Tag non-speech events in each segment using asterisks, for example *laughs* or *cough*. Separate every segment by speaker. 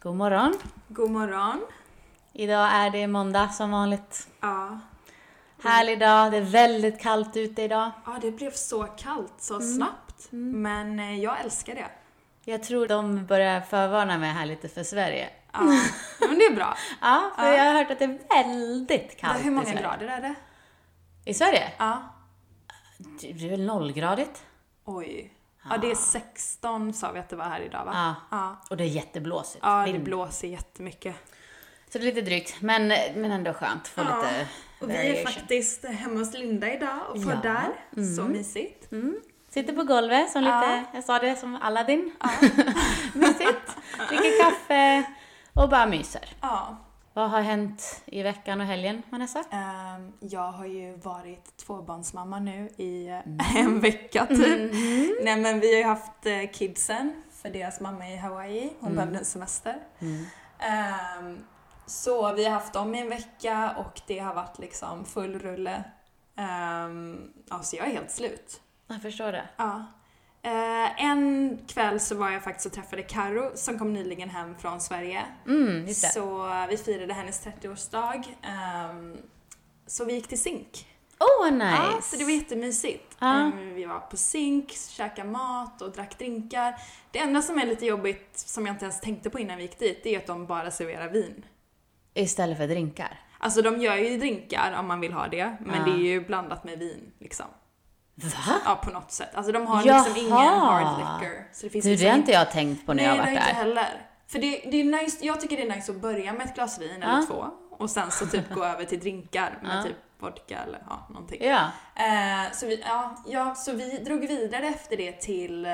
Speaker 1: God morgon.
Speaker 2: God morgon.
Speaker 1: Idag är det måndag som vanligt.
Speaker 2: Ja.
Speaker 1: Härlig dag, det är väldigt kallt ute idag.
Speaker 2: ja, det blev så kallt så snabbt. Men eh, jag älskar det.
Speaker 1: Jag tror de börjar förvarna mig här lite för Sverige.
Speaker 2: *laughs* Ja, men det är bra.
Speaker 1: Ja, för jag har hört att det är väldigt kallt
Speaker 2: Hur
Speaker 1: i
Speaker 2: många
Speaker 1: Sverige.
Speaker 2: grader är det?
Speaker 1: I Sverige?
Speaker 2: Ja.
Speaker 1: Det är väl nollgradigt.
Speaker 2: Oj. Ja, det är 16 sa vi att det var här idag va?
Speaker 1: Ja.
Speaker 2: Ja,
Speaker 1: Och det är jätteblåsigt.
Speaker 2: ja det
Speaker 1: Vind.
Speaker 2: blåser jättemycket.
Speaker 1: Så det är lite drygt, men, men ändå skönt. Få
Speaker 2: Ja.
Speaker 1: lite
Speaker 2: Och vi är
Speaker 1: variation.
Speaker 2: faktiskt hemma hos Linda idag och
Speaker 1: Ja.
Speaker 2: poddar. Så mysigt.
Speaker 1: Sitter på golvet som lite,
Speaker 2: Ja.
Speaker 1: jag sa det, som Aladdin. *laughs* Mysigt. Dricker kaffe och bara myser.
Speaker 2: Ja.
Speaker 1: Vad har hänt i veckan och helgen, Vanessa?
Speaker 2: Ehm, Jag har ju varit tvåbarnsmamma nu i eh, en vecka typ. Nej men vi har ju haft eh, kidsen för deras mamma i Hawaii. Hon behövde en semester. Ehm, Så vi har haft dem i en vecka och det har varit liksom full rulle. Ehm, Ja, så jag är helt slut.
Speaker 1: Jag förstår det.
Speaker 2: Ja. Eh, En kväll så var jag faktiskt och träffade Karo som kom nyligen hem från Sverige.
Speaker 1: Mm, just det.
Speaker 2: Så vi firade hennes 30-årsdag. ehm, så vi gick till Zink.
Speaker 1: Åh, oh, nice! Ah.
Speaker 2: Ja, så det var jättemysigt.
Speaker 1: Ja.
Speaker 2: Ehm, vi var på Zink, käkade mat och drack drinkar. Det enda som är lite jobbigt, som jag inte ens tänkte på innan vi gick dit, det är att de bara serverar vin.
Speaker 1: Istället för drinkar.
Speaker 2: Alltså de gör ju drinkar om man vill ha det, men
Speaker 1: Ja.
Speaker 2: det är ju blandat med vin liksom.
Speaker 1: Ah. Va?
Speaker 2: Ja, på något sätt. Alltså de har liksom ingen
Speaker 1: Jaha.
Speaker 2: hard liquor. Så det finns
Speaker 1: Du, det
Speaker 2: liksom
Speaker 1: har inte jag tänkt på när jag har
Speaker 2: Nej,
Speaker 1: varit
Speaker 2: det har
Speaker 1: där.
Speaker 2: jag inte heller. För det, det är nice, jag tycker det är nice att börja med ett glas vin
Speaker 1: Ja.
Speaker 2: eller två och sen så typ gå *laughs* över till drinkar med
Speaker 1: Ja.
Speaker 2: typ vodka eller ja, någonting.
Speaker 1: Ja.
Speaker 2: Eh, så, vi, ja, ja, så vi drog vidare efter det till eh,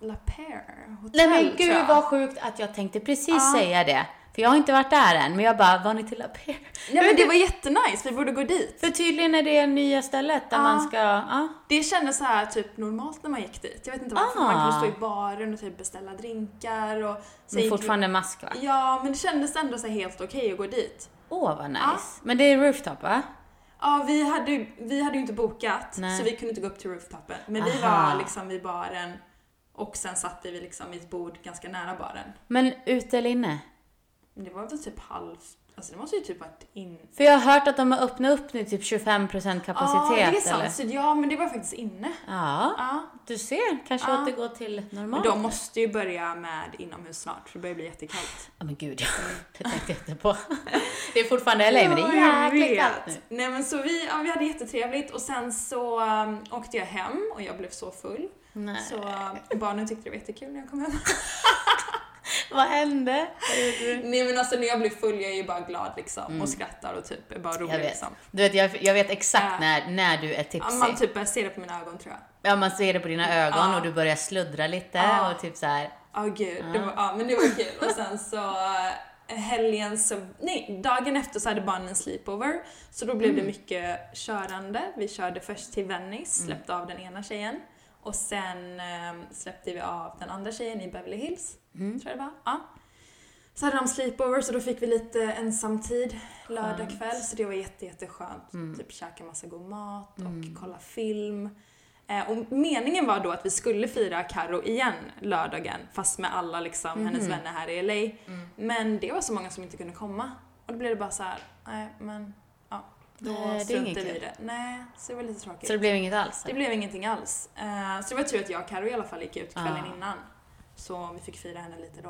Speaker 2: La Paire
Speaker 1: Nej
Speaker 2: Hotel
Speaker 1: men
Speaker 2: tror
Speaker 1: gud
Speaker 2: jag.
Speaker 1: vad sjukt att jag tänkte precis
Speaker 2: Ja.
Speaker 1: säga det. För jag har inte varit där än, men jag bara, var ni till La Paire?
Speaker 2: Nej men det var jättenice, vi borde gå dit.
Speaker 1: För tydligen är det nya stället där
Speaker 2: Ja.
Speaker 1: man ska, ja.
Speaker 2: Det kändes så här typ normalt när man gick dit. Jag vet inte varför,
Speaker 1: Ah.
Speaker 2: man kunde stå i baren och typ beställa drinkar och... så
Speaker 1: Men
Speaker 2: gick vi-
Speaker 1: fortfarande mask va?
Speaker 2: Ja, men det kändes ändå så här helt okej att gå dit.
Speaker 1: Åh vad nice. Men det är rooftop va?
Speaker 2: Ja, vi hade, ju- vi hade ju inte bokat
Speaker 1: Nej.
Speaker 2: så vi kunde inte gå upp till rooftopen. Men vi
Speaker 1: Aha.
Speaker 2: var liksom vid baren och sen satt vi liksom vid ett bord ganska nära baren.
Speaker 1: Men ute eller inne?
Speaker 2: Men det var väl typ halv... Alltså det måste ju typ varit in...
Speaker 1: För jag har hört att de har öppnat upp nu typ 25% kapacitet
Speaker 2: Ja, det är
Speaker 1: eller?
Speaker 2: sant. Så, ja, men det var faktiskt inne.
Speaker 1: Ja,
Speaker 2: Ja.
Speaker 1: du ser. Kanske
Speaker 2: Ja.
Speaker 1: återgå till normalt.
Speaker 2: Men de måste ju börja med inomhus snart för det börjar bli jättekallt.
Speaker 1: Ja men gud ja, det tänkte jag inte
Speaker 2: *laughs*
Speaker 1: på. Det är fortfarande LA men det
Speaker 2: Ja,
Speaker 1: är
Speaker 2: jag
Speaker 1: jäkligt kallt
Speaker 2: vet.
Speaker 1: nu.
Speaker 2: Nej men så vi, ja, vi hade jättetrevligt och sen så um, åkte jag hem och jag blev så full.
Speaker 1: Nej.
Speaker 2: Så um, barnen tyckte det var jättekul när jag kom hem.
Speaker 1: Vad hände? Vad gjorde du?
Speaker 2: Nej men alltså när jag blir full jag är ju bara glad liksom och skrattar och typ är bara rolig
Speaker 1: Mm. Jag vet.
Speaker 2: liksom.
Speaker 1: Du vet, jag, jag vet exakt
Speaker 2: Ja.
Speaker 1: när, när du är
Speaker 2: Ja, man
Speaker 1: tipsig.
Speaker 2: typ börjar se det på mina ögon tror jag.
Speaker 1: Ja, man ser det på dina ögon
Speaker 2: Ja.
Speaker 1: och du börjar sluddra lite
Speaker 2: Ja.
Speaker 1: och typ så här.
Speaker 2: Ja gud,
Speaker 1: Ah.
Speaker 2: det var, ja men det var kul. Och sen så eh, helgen så, nej dagen efter så hade barnen en sleepover. Så då blev det mycket körande. Vi körde först till Venice, släppte av den ena tjejen. Och sen eh, släppte vi av den andra tjejen i Beverly Hills, tror jag det var. Ja. Så hade de sleepover så då fick vi lite ensamtid lördag kväll så det var jätte, jätteskönt. Typ käka massa god mat och kolla film. Eh, och meningen var då att vi skulle fira Karo igen lördagen fast med alla liksom hennes vänner här i LA. Men det var så många som inte kunde komma. Och då blev det bara så här, nej men ja. Då
Speaker 1: Nej, det är inget
Speaker 2: struntade vi
Speaker 1: kul.
Speaker 2: i det. Nej, så det var lite tråkigt.
Speaker 1: Så det blev inget alls?
Speaker 2: Det blev ingenting alls. Eh, så det var tur att jag och Karo i alla fall gick ut kvällen
Speaker 1: Ah.
Speaker 2: innan. Så vi fick fira henne lite då.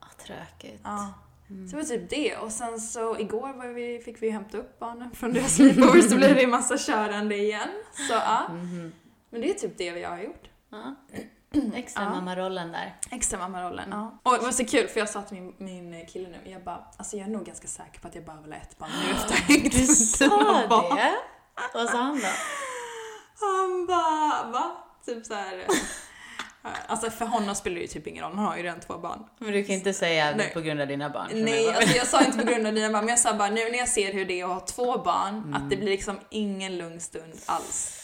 Speaker 1: Ah, tråkigt.
Speaker 2: Ja.
Speaker 1: Mm.
Speaker 2: Så det var typ det. Och sen så igår var vi, fick vi ju hämta upp barnen från deras *laughs* sleepover så blev det en massa körande igen. Så ja.
Speaker 1: Mhm.
Speaker 2: Men det är typ det jag har gjort. *clears throat*
Speaker 1: Ja. Extra
Speaker 2: Ja.
Speaker 1: mammarollen där.
Speaker 2: *laughs* Extra mammarollen. Ja. Och det var så kul för jag sa till min, min kille nu, jag bara, alltså jag är nog ganska säker på att jag bara vill ha ett barn
Speaker 1: *gasps*
Speaker 2: nu efter jag hängt
Speaker 1: Du
Speaker 2: med
Speaker 1: sa
Speaker 2: dina barn."
Speaker 1: det? Vad sa han då?
Speaker 2: Han bara, va? Typ såhär. Alltså för honom spelar det ju typ ingen roll, han har ju redan två barn.
Speaker 1: Men du kan inte säga det
Speaker 2: Nej.
Speaker 1: på grund av dina barn. som
Speaker 2: Nej,
Speaker 1: jag var.
Speaker 2: alltså jag sa
Speaker 1: *laughs*
Speaker 2: inte på grund av dina barn, men jag sa bara nu när jag ser hur det är att ha två barn,
Speaker 1: Mm.
Speaker 2: att det blir liksom ingen lugn stund alls.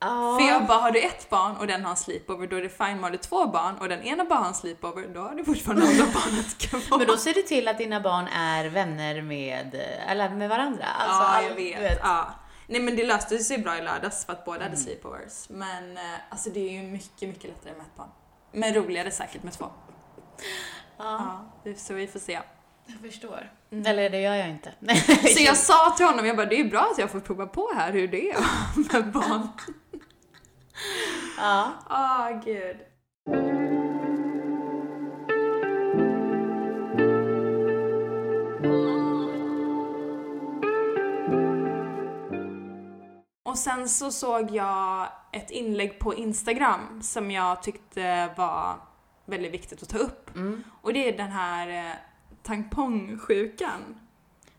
Speaker 1: Ja.
Speaker 2: För jag bara, har du ett barn och den har en sleepover, då är det fine. Men har du två barn och den ena bara har en sleepover, då har du fortfarande andra barnet kvar.
Speaker 1: Men då ser du till att dina barn är vänner med, eh, eller med varandra. Alltså,
Speaker 2: ja,
Speaker 1: all-
Speaker 2: jag
Speaker 1: du
Speaker 2: vet. Ja. Nej men det löste sig bra i lördags för att båda hade sleepovers. Men eh, alltså det är ju mycket, mycket lättare med ett barn. Men roligare säkert med två.
Speaker 1: Ja.
Speaker 2: Ja. Så vi
Speaker 1: *laughs*
Speaker 2: får se.
Speaker 3: Jag förstår.
Speaker 2: Mm.
Speaker 1: Eller det gör jag inte. *laughs*
Speaker 2: Så jag sa till honom, jag bara, det är bra att jag får prova på här hur det är *laughs* med barn.
Speaker 1: ja.
Speaker 2: Ah, gud. Och sen så såg jag ett inlägg på Instagram som jag tyckte var väldigt viktigt att ta upp.
Speaker 1: Mm.
Speaker 2: Och det är den här eh, tampongsjukan.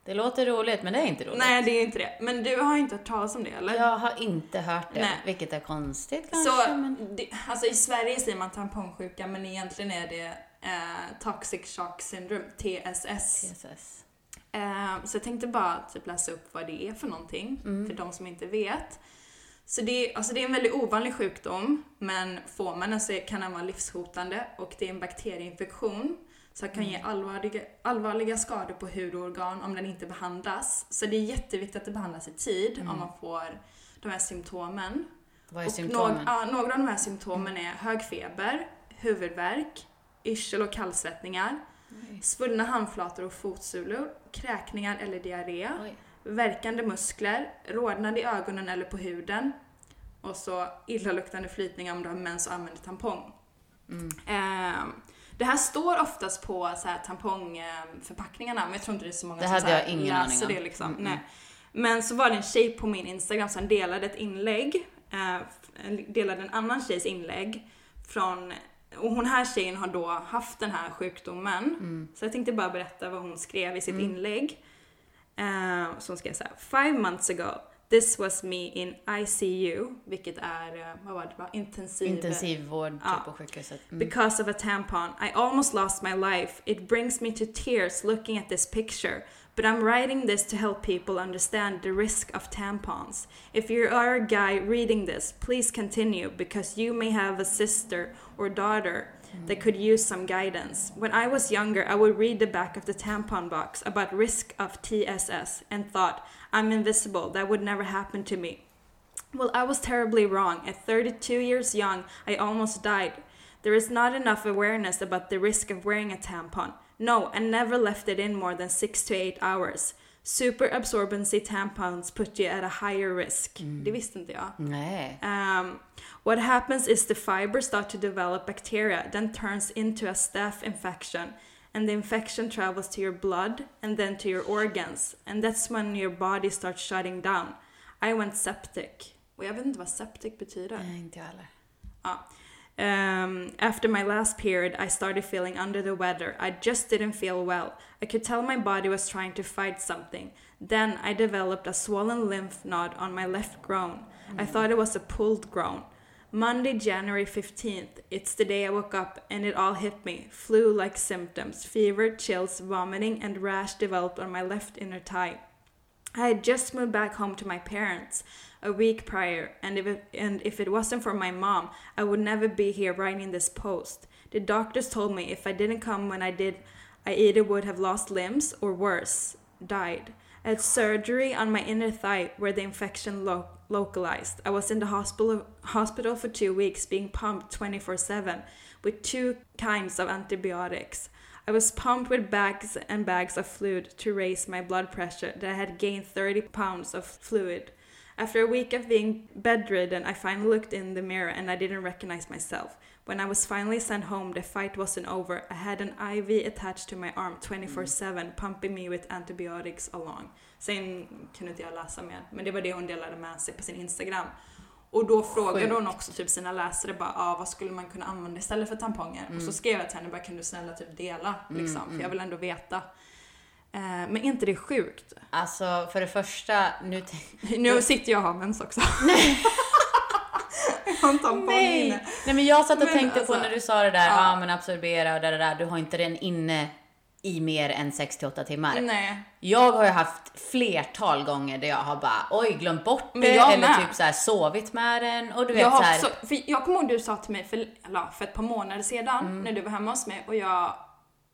Speaker 1: Det låter roligt, men det är inte roligt.
Speaker 2: Nej, det är inte det. Men du har inte hört talas om det, eller?
Speaker 1: Jag har inte hört det,
Speaker 2: Nej.
Speaker 1: vilket är konstigt kanske.
Speaker 2: Så,
Speaker 1: men...
Speaker 2: det, alltså i Sverige säger man tampongsjuka men egentligen är det eh, Toxic Shock Syndrome, TSS.
Speaker 1: Jesus.
Speaker 2: Eh, så jag tänkte bara typ läsa upp vad det är för någonting,
Speaker 1: Mm.
Speaker 2: för de som inte vet. Så det, alltså det är en väldigt ovanlig sjukdom, men får man den så kan den vara livshotande och det är en bakterieinfektion som kan
Speaker 1: Mm.
Speaker 2: ge allvarliga, allvarliga skador på hud och organ om den inte behandlas. Så det är jätteviktigt att det behandlas i tid
Speaker 1: Mm.
Speaker 2: om man får de här symptomen.
Speaker 1: Vad är
Speaker 2: Och
Speaker 1: symptomen?
Speaker 2: Några, ja, några av de här symptomen är hög feber, huvudvärk, yrsel och kallsvettningar, svullna handflator och fotsulor, kräkningar eller diarré,
Speaker 1: Oj.
Speaker 2: värkande muskler, rodnad i ögonen eller på huden och så illaluktande flytningar om du har mens och använder tampong.
Speaker 1: Mm.
Speaker 2: Ehm, det här står oftast på så här tampongförpackningarna men jag tror inte det är så många
Speaker 1: Det
Speaker 2: som
Speaker 1: hade
Speaker 2: så här
Speaker 1: jag ingen aning
Speaker 2: läser
Speaker 1: om.
Speaker 2: det liksom.
Speaker 1: Mm,
Speaker 2: Nej. Men så var det en tjej på min Instagram som delade ett inlägg, eh, f- delade en annan tjejs inlägg från, och hon här tjejen har då haft den här sjukdomen.
Speaker 1: Mm.
Speaker 2: Så jag tänkte bara berätta vad hon skrev i sitt inlägg. Eh, så hon skrev såhär, five months ago This was me in ICU, vilket är, eh, vad var det, va? intensiv...
Speaker 1: Intensivvård
Speaker 2: Ja.
Speaker 1: typ, på sjukhuset. Mm.
Speaker 2: Because of a tampon, I almost lost my life. It brings me to tears looking at this picture. But I'm writing this to help people understand the risk of tampons. If you are a guy reading this, please continue because you may have a sister or daughter that could use some guidance. When I was younger, I would read the back of the tampon box about risk of TSS and thought, I'm invisible, that would never happen to me. Well, I was terribly wrong. At 32 years young, I almost died. There is not enough awareness about the risk of wearing a tampon. No, I never left it in more than six to eight hours. Super absorbency tampons put you at a higher risk. Det visste inte jag.
Speaker 1: Nej.
Speaker 2: Um, what happens is the fibers start to develop bacteria, then turns into a staph infection, and the infection travels to your blood and then to your organs, and that's when your body starts shutting down. I went septic. Och jag vet inte vad septic betyder.
Speaker 1: Nej, inte jag heller.
Speaker 2: Ja. Um, after my last period, I started feeling under the weather. I just didn't feel well. I could tell my body was trying to fight something. Then I developed a swollen lymph node on my left groin. I thought it was a pulled groin. Monday, January 15th, it's the day I woke up and it all hit me. Flu like symptoms, fever, chills, vomiting, and rash developed on my left inner thigh. I had just moved back home to my parents a week prior, and if it, and if it wasn't for my mom, I would never be here writing this post. The doctors told me if I didn't come when I did, I either would have lost limbs or worse, died. I had surgery on my inner thigh where the infection lo- localized. I was in the hospital hospital for two weeks, being pumped 24 7 with two kinds of antibiotics. I was pumped with bags and bags of fluid to raise my blood pressure that I had gained 30 pounds of fluid. After a week of being bedridden, I finally looked in the mirror and I didn't recognize myself. When I was finally sent home, the fight wasn't over. I had an IV attached to my arm 24 7, pumping me with antibiotics along. Sen kunde inte jag läsa mer, men det var det hon delade med sig på sin Instagram. Och då frågade
Speaker 1: Sjukt.
Speaker 2: hon också typ sina läsare bara, ah, vad skulle man kunna använda istället för tamponger? Och så
Speaker 1: Mm.
Speaker 2: skrev jag till henne, bara, kan du snälla typ dela? Liksom, För jag vill ändå veta. Eh, men är inte det sjukt? *laughs*
Speaker 1: Alltså, för det första, nu tänk-
Speaker 2: Nu sitter jag och har mens också. *laughs* jag har en tampong inne.
Speaker 1: Nej! Nej, men jag satt och
Speaker 2: Men
Speaker 1: tänkte på
Speaker 2: alltså-
Speaker 1: när du sa det där, ja
Speaker 2: Ja.
Speaker 1: ah, men absorbera och det där, du har inte den inne i mer än 6 till 8 timmar.
Speaker 2: Nej.
Speaker 1: Jag har ju haft flertal gånger där jag har bara oj glömt bort
Speaker 2: Men
Speaker 1: det
Speaker 2: jag
Speaker 1: eller
Speaker 2: med.
Speaker 1: typ så här sovit med den och du vet
Speaker 2: Jag,
Speaker 1: så
Speaker 2: har
Speaker 1: här.
Speaker 2: också, för jag kommer ihåg du sa till mig för, eller, för ett par månader sedan
Speaker 1: Mm.
Speaker 2: när du var hemma hos mig och jag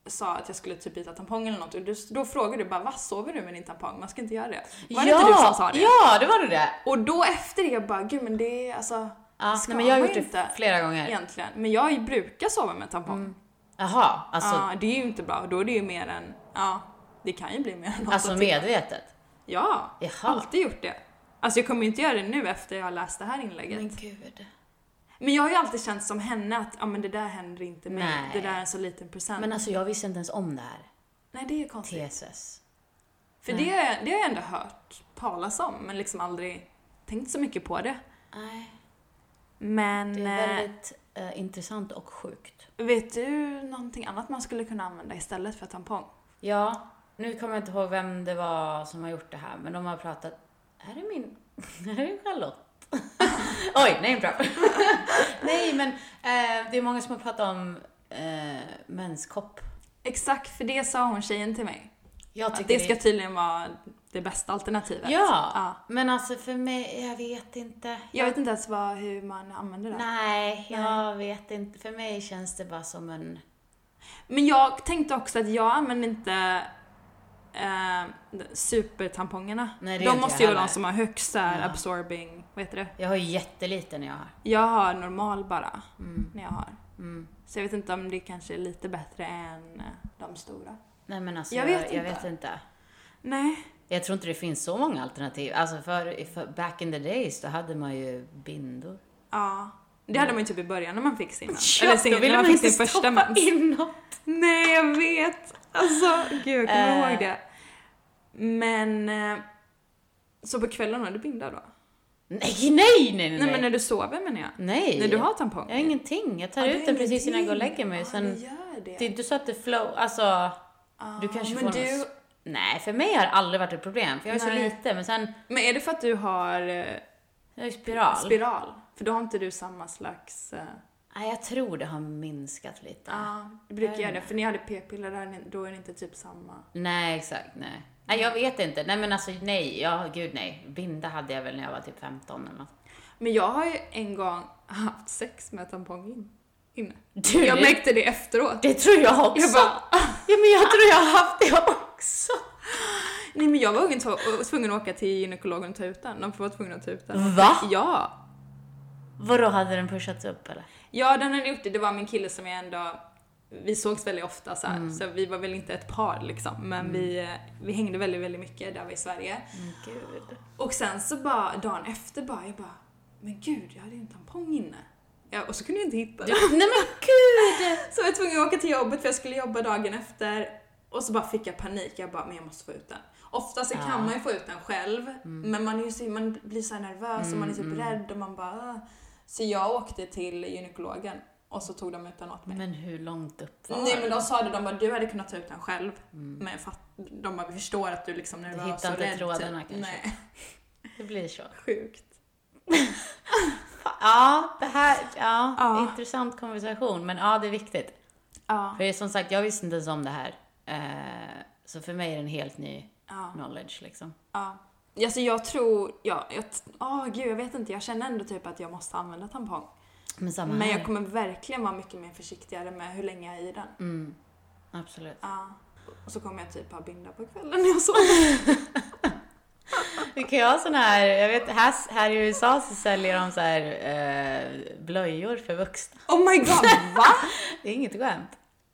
Speaker 2: sa att jag skulle typ byta tampong eller något och du, då frågade du bara vad sover du med din tampong? Man ska inte göra det. Var det
Speaker 1: ja,
Speaker 2: inte du som sa det?
Speaker 1: Ja, det var du det.
Speaker 2: Och då efter det jag bara gud men det är alltså
Speaker 1: Ja,
Speaker 2: ska
Speaker 1: nej, men jag har
Speaker 2: man
Speaker 1: gjort det
Speaker 2: inte
Speaker 1: flera gånger.
Speaker 2: egentligen. Men jag brukar sova med tampong.
Speaker 1: Jaha, alltså,
Speaker 2: ja, det är ju inte bra. Då är det ju mer än, ja, det kan ju bli mer än åtta
Speaker 1: alltså
Speaker 2: timmar.
Speaker 1: medvetet?
Speaker 2: Ja,
Speaker 1: Jaha.
Speaker 2: alltid gjort det. Alltså jag kommer ju inte göra det nu efter jag har läst det här inlägget.
Speaker 4: Men
Speaker 2: Men,
Speaker 4: gud.
Speaker 2: jag har ju alltid känt som henne att, ja men det där händer inte mig.
Speaker 1: Nej.
Speaker 2: Det där är en så liten procent.
Speaker 1: Men alltså jag visste inte ens om det här.
Speaker 2: Nej, det är ju konstigt.
Speaker 1: TSS.
Speaker 2: För det, har jag- det har jag ändå hört talas om, men liksom aldrig tänkt så mycket på det.
Speaker 1: Nej,
Speaker 2: Men
Speaker 1: det är
Speaker 2: eh,
Speaker 1: väldigt eh, intressant och sjukt.
Speaker 2: vet du någonting annat man skulle kunna använda istället för tampong?
Speaker 1: Ja, nu kommer jag inte ihåg vem det var som har gjort det här, men de har pratat... Här är min... *laughs* Här är Charlotte. *laughs* Oj, nej bra. *laughs* nej, men eh, det är många som har pratat om eh, menskopp.
Speaker 2: Exakt, för det sa hon tjejen till mig.
Speaker 1: Jag
Speaker 2: Att
Speaker 1: tycker
Speaker 2: det ska tydligen vara det bästa alternativet.
Speaker 1: Ja,
Speaker 2: ja.
Speaker 1: men alltså för mig, jag vet inte.
Speaker 2: Jag vet inte ens vad, hur man använder det.
Speaker 1: Nej, jag vet inte. För mig känns det bara som en...
Speaker 2: Men jag tänkte också att jag använder inte eh, supertampongerna.
Speaker 1: Nej, det gör
Speaker 2: de
Speaker 1: inte
Speaker 2: måste
Speaker 1: jag
Speaker 2: ju vara de
Speaker 1: heller.
Speaker 2: som har högst så här
Speaker 1: Ja.
Speaker 2: absorbing, vad heter det?
Speaker 1: Jag har ju jätteliten jag har.
Speaker 2: Jag har normal bara,
Speaker 1: Mm,
Speaker 2: när jag har.
Speaker 1: mm.
Speaker 2: Så jag vet inte om det kanske är lite bättre än eh, de stora.
Speaker 1: Nej men alltså,
Speaker 2: Jag
Speaker 1: jag
Speaker 2: vet
Speaker 1: vet, jag,
Speaker 2: inte.
Speaker 1: vet inte.
Speaker 2: Nej.
Speaker 1: Jag tror inte det finns så många alternativ. Alltså för, för back in the days, då hade man ju bindor.
Speaker 2: Ja. Det hade man ju typ i början när man fick sin.
Speaker 1: Ja,
Speaker 2: sin,
Speaker 1: då ville
Speaker 2: när man
Speaker 1: man
Speaker 2: fick
Speaker 1: inte
Speaker 2: sin första
Speaker 1: stoppa
Speaker 2: mens.
Speaker 1: in något.
Speaker 2: Nej, jag vet. Alltså, gud, jag kommer
Speaker 1: Eh.
Speaker 2: ihåg det. Men... eh, Så på kvällen har du binda då?
Speaker 1: Nej, nej, nej, nej.
Speaker 2: Nej, men när du sover menar jag.
Speaker 1: nej.
Speaker 2: När du har tampong?
Speaker 1: Jag har ingenting. Jag tar
Speaker 2: Ja, det
Speaker 1: ut
Speaker 2: är
Speaker 1: den precis innan jag går och
Speaker 2: ingenting.
Speaker 1: lägger mig.
Speaker 2: Ja,
Speaker 1: Sen, typ-
Speaker 2: du gör det.
Speaker 1: det är inte så att det flow... Alltså,
Speaker 2: Ja,
Speaker 1: du kanske
Speaker 2: men
Speaker 1: får någon...
Speaker 2: du,
Speaker 1: Nej, för mig har det aldrig varit ett problem. För jag är så
Speaker 2: Nej.
Speaker 1: lite. Men sen,
Speaker 2: Men är det för att du har eh,
Speaker 1: jag har ju spiral.
Speaker 2: spiral? För då har inte du samma slags... eh,
Speaker 1: nej, jag tror det har minskat lite.
Speaker 2: Ja, det brukar
Speaker 1: Jag
Speaker 2: göra
Speaker 1: vet
Speaker 2: det. För ni hade p-piller, där, ni- då är det inte typ samma.
Speaker 1: Nej, exakt. Nej. Nej, jag vet inte. Nej, men alltså nej. Ja, gud nej. Binda hade jag väl när jag var typ 15 eller något.
Speaker 2: Men jag har ju en gång haft sex med tampong in, inne.
Speaker 1: Du,
Speaker 2: Jag
Speaker 1: det-
Speaker 2: märkte det efteråt.
Speaker 1: Det tror jag också.
Speaker 2: Jag bara,
Speaker 1: Ja, men jag tror jag har haft det också.
Speaker 2: nej men jag var ungen tv- tvungen att åka till gynekologen och ta ut den. De var tvungna att ta ut den.
Speaker 1: Va?
Speaker 2: Ja.
Speaker 1: Vadå, hade den pushats upp eller?
Speaker 2: Ja, den hade gjort det. Det var min kille som jag ändå... Vi sågs väldigt ofta så, här, så vi var väl inte ett par liksom. Men vi, eh, vi hängde väldigt, väldigt mycket där vi i Sverige.
Speaker 1: Gud.
Speaker 2: Och sen så bara dagen efter bara, jag bara, men gud, jag hade ju en tampong inne. Ja, och så kunde jag inte hitta den.
Speaker 1: Nej men gud!
Speaker 2: Så jag var tvungen att åka till jobbet för jag skulle jobba dagen efter. Och så bara fick jag panik. Jag bara, men jag måste få ut den. Oftast så
Speaker 1: Ja. Mm.
Speaker 2: kan man ju få ut den själv, men man, är ju så, man blir så här nervös och man är typ rädd och man bara... "Ah." Så jag åkte till gynekologen och så tog de ut den åt mig.
Speaker 1: Men hur långt upp var Mm.
Speaker 2: Nej men de sa det, de bara du hade kunnat ta ut den själv. Men fatt, de bara vi förstår att du liksom är
Speaker 1: Du
Speaker 2: nervös
Speaker 1: hittar
Speaker 2: och
Speaker 1: inte
Speaker 2: rädd.
Speaker 1: trådarna
Speaker 2: typ."
Speaker 1: kanske.
Speaker 2: Nej, *laughs*
Speaker 1: Det blir så.
Speaker 2: sjukt.
Speaker 1: Ja, det här, ja,
Speaker 2: Ja.
Speaker 1: intressant konversation. Men ja, det är viktigt.
Speaker 2: Ja.
Speaker 1: För det är som sagt, jag visste inte ens om det här. Eh, Så för mig är det en helt ny
Speaker 2: Ja.
Speaker 1: knowledge liksom.
Speaker 2: Ja. Alltså jag tror, ja, jag, t- åh gud jag vet inte, jag känner ändå typ att jag måste använda tampong.
Speaker 1: Men samma
Speaker 2: Men
Speaker 1: här.
Speaker 2: jag kommer verkligen vara mycket mer försiktigare med hur länge jag är i den.
Speaker 1: Mm, absolut.
Speaker 2: Ja. Och så kommer jag typ ha binda på kvällen när jag
Speaker 1: Vi kan ju ha såna här, jag vet, här, här i USA så säljer de så här eh, blöjor för vuxna.
Speaker 2: Oh my *laughs* god, va?
Speaker 1: Det är inget skämt.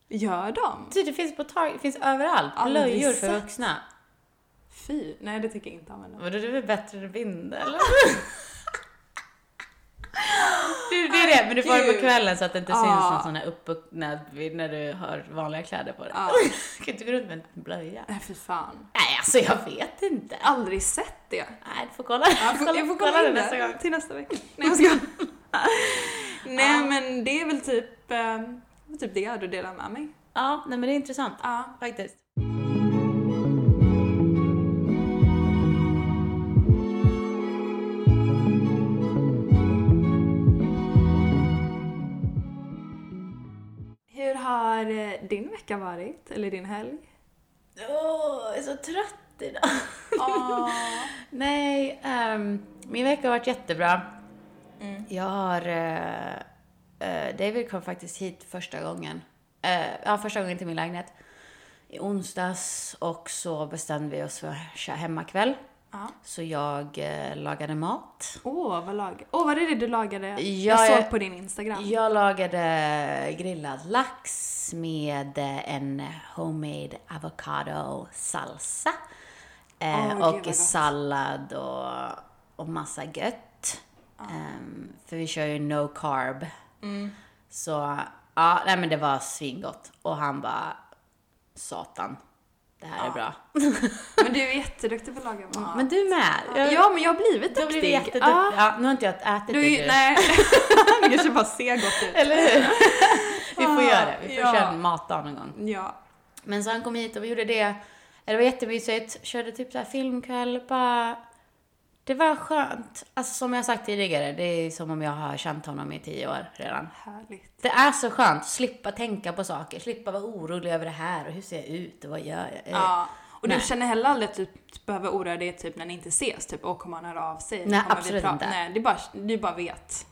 Speaker 2: Gör de?
Speaker 1: Det finns på Target, det finns överallt.
Speaker 2: Ja, men det är
Speaker 1: Blöjor för
Speaker 2: sant.
Speaker 1: vuxna.
Speaker 2: Fy, nej det tänker jag inte använda.
Speaker 1: Vadå, det är väl bättre än bindel?
Speaker 2: *laughs*
Speaker 1: Du, det är det, men du får det
Speaker 2: Gud.
Speaker 1: på kvällen så att det inte
Speaker 2: Ja.
Speaker 1: syns någon sån här uppbucknad vid- när du har vanliga kläder på dig.
Speaker 2: Ja.
Speaker 1: *laughs* Kan inte gå runt med en blöja.
Speaker 2: Nej fy fan.
Speaker 1: Nej, alltså jag vet inte.
Speaker 2: Aldrig sett det.
Speaker 1: Nej, du får kolla.
Speaker 2: Jag får, jag får kolla
Speaker 1: det
Speaker 2: in
Speaker 1: nästa
Speaker 2: det
Speaker 1: gång.
Speaker 2: till nästa *laughs* vecka. Nej jag ska. Nej men det är väl typ, eh, typ det jag hade att dela med mig.
Speaker 1: Ja, nej men det är intressant.
Speaker 2: Ja.
Speaker 1: Faktiskt.
Speaker 2: Hur har eh, din vecka varit? Eller din helg?
Speaker 1: Åh, jag är så trött idag.
Speaker 2: *laughs* Åh.
Speaker 1: Nej, ehm, min vecka har varit jättebra. Jag har... eh, eh, David kom faktiskt hit första gången. Eh, ja, första gången till min lägenhet. I onsdags och så bestämde vi oss för att köra hemmakväll.
Speaker 2: Ja.
Speaker 1: Så jag eh, lagade mat.
Speaker 2: Åh, vad lag... Åh, vad är det du lagade? Jag,
Speaker 1: Ja,
Speaker 2: såg
Speaker 1: jag-
Speaker 2: på din Instagram.
Speaker 1: Jag lagade grillad lax med eh, en homemade avocado salsa.
Speaker 2: Åh,
Speaker 1: Eh,
Speaker 2: gud, vad
Speaker 1: och
Speaker 2: gott.
Speaker 1: sallad och, och massa gött. Ehm, för vi kör ju no carb.
Speaker 2: Mm.
Speaker 1: Så ja, nej men det var svingott. Och han bara, satan, det här är bra.
Speaker 2: Men du är jätteduktig på att laga mat.
Speaker 1: Men du med. Jag,
Speaker 2: ja, men jag har blivit
Speaker 1: jag blev
Speaker 2: duktig.
Speaker 1: jätteduktig.
Speaker 2: Ja.
Speaker 1: Ja, nu har inte jag ätit
Speaker 2: Du är
Speaker 1: det
Speaker 2: ju,
Speaker 1: nu.
Speaker 2: nej.
Speaker 1: *laughs*
Speaker 2: det kanske bara ser gott ut.
Speaker 1: Eller hur? *laughs* vi får göra det. Vi får
Speaker 2: Ah, Ja.
Speaker 1: köra en matdag någon gång.
Speaker 2: Ja.
Speaker 1: Men så han kom hit och vi gjorde det. Det var jättemysigt. Körde typ så här filmkväll. Bara... Det var skönt. Alltså som jag sagt tidigare, det är som om jag har känt honom i tio år redan.
Speaker 2: Härligt.
Speaker 1: Det är så skönt. Slippa tänka på saker. Slippa vara orolig över det här och hur ser jag ut och vad gör jag? Eh,
Speaker 2: Ja. Och du
Speaker 1: Nej.
Speaker 2: känner heller aldrig att du behöver oroa dig typ när ni inte ses, typ åh kommer han höra av sig?
Speaker 1: Nej,
Speaker 2: Kommer vi
Speaker 1: absolut
Speaker 2: prata?"
Speaker 1: inte. Mm.
Speaker 2: Nej, du bara, du bara vet.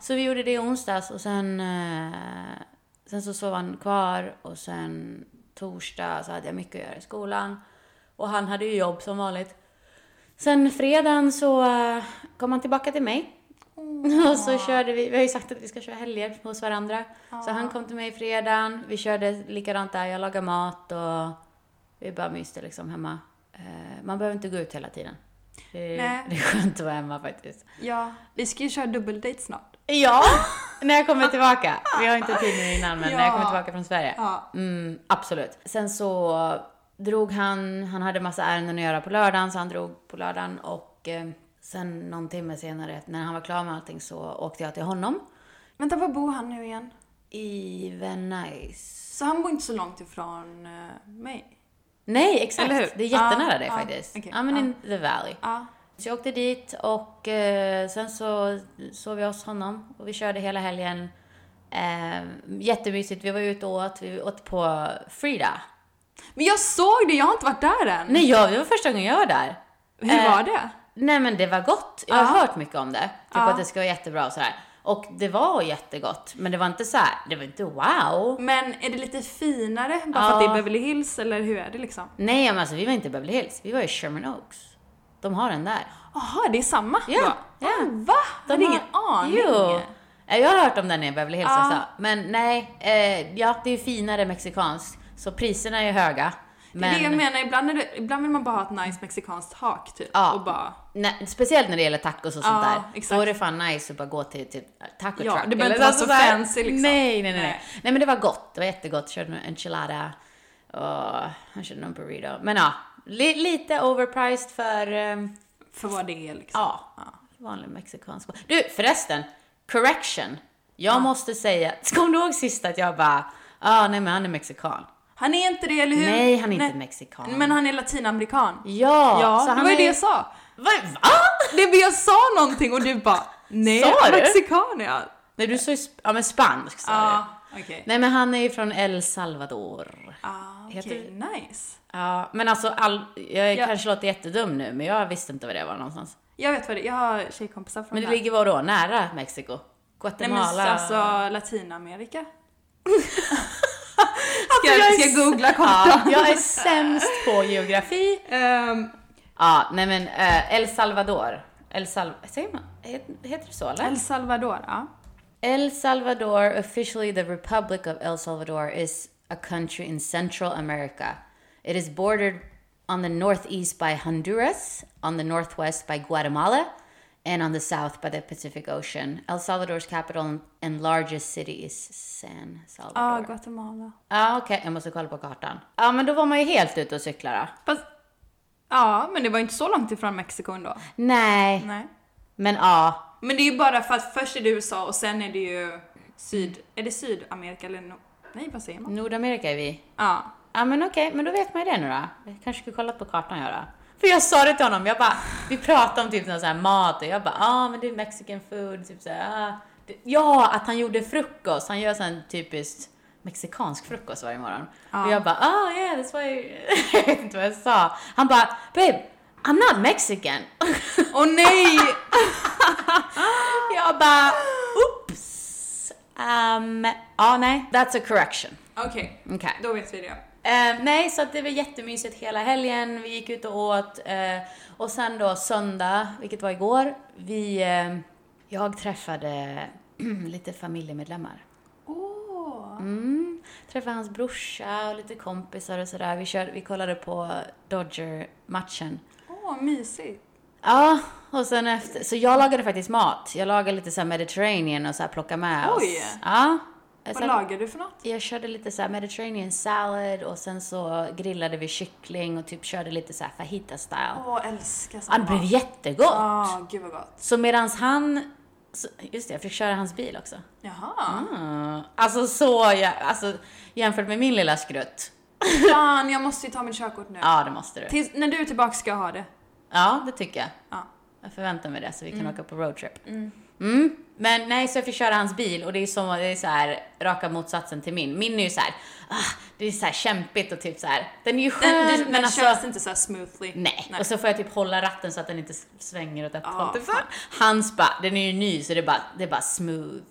Speaker 1: Så vi gjorde det i onsdags och sen, eh, sen så sov han kvar och sen torsdag så hade jag mycket att göra i skolan. Och han hade ju jobb som vanligt. Sen fredagen så eh, kom han tillbaka till mig. Och så körde vi, vi har ju sagt att vi ska köra helger hos varandra. Så han kom till mig fredagen, vi körde likadant där, jag lagade mat och vi bara myste liksom hemma. Eh, Man behöver inte gå ut hela tiden. Det
Speaker 2: Nej.
Speaker 1: är, det är skönt att vara hemma faktiskt.
Speaker 2: Ja. Vi ska ju köra dubbeldejt snart. *laughs*
Speaker 1: Ja, när jag kommer tillbaka. Vi har inte tid nu innan, men när jag kommer
Speaker 2: Ja.
Speaker 1: tillbaka från Sverige.
Speaker 2: Ja.
Speaker 1: Mm, absolut. Sen så drog han, han hade massa ärenden att göra på lördagen, så han drog på lördagen och eh, sen någon timme senare, när han var klar med allting, så åkte jag till honom
Speaker 2: Vänta, var bor han nu igen?
Speaker 1: i Venice.
Speaker 2: Så han bor inte så långt ifrån eh, mig?
Speaker 1: Nej, exakt.
Speaker 2: Eller hur?
Speaker 1: Det är jättenära
Speaker 2: Ah,
Speaker 1: dig
Speaker 2: ah,
Speaker 1: faktiskt.
Speaker 2: okej,
Speaker 1: I'm
Speaker 2: ah.
Speaker 1: in the valley.
Speaker 2: Ja.
Speaker 1: Så jag åkte dit och eh, sen så sov jag hos honom och vi körde hela helgen. Eh, jättemysigt, vi var ute och åt, vi åt på Frida.
Speaker 2: Men jag såg det, jag har inte varit där än.
Speaker 1: Nej, jag, det var första gången jag var där.
Speaker 2: Hur
Speaker 1: Eh,
Speaker 2: var det?
Speaker 1: Nej men det var gott, jag har hört mycket om det. Typ
Speaker 2: Ja.
Speaker 1: att det ska vara jättebra och sådär. Och det var jättegott, men det var inte så här, det var inte wow.
Speaker 2: Men är det lite finare bara för
Speaker 1: Ja.
Speaker 2: att det är Beverly Hills eller hur är det liksom?
Speaker 1: Nej men alltså vi var inte i Beverly Hills, vi var i Sherman Oaks. De har den där.
Speaker 2: Jaha, det är samma?
Speaker 1: Ja,
Speaker 2: då?
Speaker 1: ja.
Speaker 2: Ah, va? De hade ingen aning.
Speaker 1: Jo. Eh, Jag har hört om den i Beverly Hills
Speaker 2: Ja.
Speaker 1: också. Men nej, eh, ja det är ju finare mexikanskt. Så priserna är ju höga.
Speaker 2: Det är det jag
Speaker 1: Men
Speaker 2: menar, ibland, är det, ibland vill man bara ha ett nice mexikanskt hak typ.
Speaker 1: Ja.
Speaker 2: Och bara,
Speaker 1: nej, speciellt när det gäller tacos och sånt
Speaker 2: Ja,
Speaker 1: där.
Speaker 2: exakt.
Speaker 1: Då är det fan nice att bara gå till, till taco
Speaker 2: Ja,
Speaker 1: truck.
Speaker 2: det
Speaker 1: eller
Speaker 2: behöver inte vara
Speaker 1: något
Speaker 2: så
Speaker 1: sånt där.
Speaker 2: fancy, liksom.
Speaker 1: Nej, nej, nej,
Speaker 2: Nej.
Speaker 1: nej. Nej men det var gott. Det var jättegott. Körde någon enchilada och han körde någon burrito. Men ja, li, lite overpriced för eh,
Speaker 2: för vad det är liksom.
Speaker 1: Ja. Vanlig mexikansk mat. Du förresten, correction. Jag måste säga, *laughs* kom du ihåg sist att jag bara, ah, nej men han är mexikan.
Speaker 2: Han är inte det, eller hur?
Speaker 1: Nej, han är inte mexikan.
Speaker 2: Men han är latinamerikan.
Speaker 1: Ja,
Speaker 2: Ja, det var ju
Speaker 1: är-
Speaker 2: det jag sa.
Speaker 1: Va? va?
Speaker 2: Det, jag sa någonting och du bara, nej,
Speaker 1: Sa du?
Speaker 2: mexikan är jag.
Speaker 1: Nej, du sa ju, sp- ja men spansk sa
Speaker 2: Ja,
Speaker 1: du.
Speaker 2: okej.
Speaker 1: Nej men han är ju från El Salvador.
Speaker 2: Ah, okej,
Speaker 1: Heter-
Speaker 2: nice.
Speaker 1: Ja, men alltså all, jag
Speaker 2: Ja.
Speaker 1: kanske låter jättedum nu, men jag visste inte var det var någonstans.
Speaker 2: Jag vet vad det är, jag har tjejkompisar från
Speaker 1: Men det
Speaker 2: där.
Speaker 1: ligger var då? Nära Mexiko?
Speaker 2: Nej men
Speaker 1: Guatemala?
Speaker 2: alltså *laughs* Latinamerika. ska,
Speaker 1: jag är
Speaker 2: Alltså, jag, ska jag
Speaker 1: s-
Speaker 2: googla
Speaker 1: Ja,
Speaker 2: kartan?
Speaker 1: jag är sämst på geografi.
Speaker 2: *laughs* Ehm,
Speaker 1: Ja, nej men eh, El Salvador. El Sal säger man? Het- Heter det så eller?
Speaker 2: El Salvador, ja.
Speaker 1: El Salvador, officially the Republic of El Salvador, is a country in Central America. It is bordered on the northeast by Honduras, on the northwest by Guatemala, and on the south by the Pacific Ocean. El Salvador's capital and largest city is San Salvador.
Speaker 2: Ja,
Speaker 1: Ja,
Speaker 2: Guatemala.
Speaker 1: okej, jag måste kolla på kartan. Ah, Ja, men då var man ju helt ute och cyklar då.
Speaker 2: Fast, ja, men det var inte så långt ifrån Mexiko ändå.
Speaker 1: Nej,
Speaker 2: Nej.
Speaker 1: men ja.
Speaker 2: Men det är ju bara för att först är det USA och sen är det ju Syd... Är det Sydamerika eller no... Nej, vad säger man?
Speaker 1: Nordamerika är vi.
Speaker 2: Ja.
Speaker 1: Ja men okej, men då vet man ju det nu då. Jag kanske skulle kollat på kartan jag då. För jag sa det till honom, jag bara, vi pratade om typ någon sån här mat och jag bara, ja ah, men det är mexican food, typ så här, ah. Det- Ja, att han gjorde frukost, han gör sån typiskt mexikansk frukost varje morgon.
Speaker 2: Ja.
Speaker 1: Och jag bara, ah yeah that's why, *laughs* jag vet inte vad jag sa. Han bara, babe, I'm not mexican. *laughs*
Speaker 2: Åh nej!
Speaker 1: jag bara, oops, I Ehm, ja, nej.
Speaker 3: That's a correction.
Speaker 2: Okej,
Speaker 3: Okej.
Speaker 2: då vet vi det.
Speaker 1: Eh, nej, så att det var jättemysigt hela helgen. Vi gick ut och åt. Eh, och sen då söndag, vilket var igår, vi... Eh, jag träffade *clears throat* lite familjemedlemmar.
Speaker 2: Åh!
Speaker 1: Mm. Träffade hans brorsa och lite kompisar och sådär. Vi, kör, vi kollade på Dodger-matchen.
Speaker 2: Åh, mysigt.
Speaker 1: Ja, och sen efter... Så jag lagade faktiskt mat. Jag lagade lite såhär Mediterranean och såhär plockade med
Speaker 2: Oj.
Speaker 1: oss. Ja.
Speaker 2: Vad
Speaker 1: Sen-
Speaker 2: lagar du för något?
Speaker 1: jag körde lite så här Mediterranean salad och sen så grillade vi kyckling och typ körde lite så här fajita style.
Speaker 2: Åh,
Speaker 1: Ja,
Speaker 2: älskar
Speaker 1: det
Speaker 2: sån
Speaker 1: blev
Speaker 2: mat.
Speaker 1: jättegott!
Speaker 2: Ja, gud vad gott.
Speaker 1: Så medans han... så- Just det, jag fick köra hans bil också.
Speaker 2: Jaha.
Speaker 1: Mm. Alltså så, jag, alltså jämfört med min lilla skrutt.
Speaker 2: Fan, jag måste ju ta mitt körkort nu.
Speaker 1: Ja, det måste du.
Speaker 2: Tills, när du är tillbaka ska jag ha det.
Speaker 1: Ja, det tycker jag.
Speaker 2: Ja.
Speaker 1: Jag förväntar mig det så vi kan åka på roadtrip. Mm. Men nej, så jag fick köra hans bil och det är som det är så här raka motsatsen till min. Min är ju så här, ah, det är så här kämpigt och typ så här. Den är ju skön,
Speaker 2: Den, den,
Speaker 1: men
Speaker 2: den
Speaker 1: alltså.
Speaker 2: körs inte så här smoothly.
Speaker 1: Nej.
Speaker 2: Nej.
Speaker 1: och så får jag typ hålla ratten så att den inte svänger åt ett
Speaker 2: Ja,
Speaker 1: håll. Typ så.
Speaker 2: fan.
Speaker 1: Hans bara, den är ju ny så det är bara, det är bara smooth.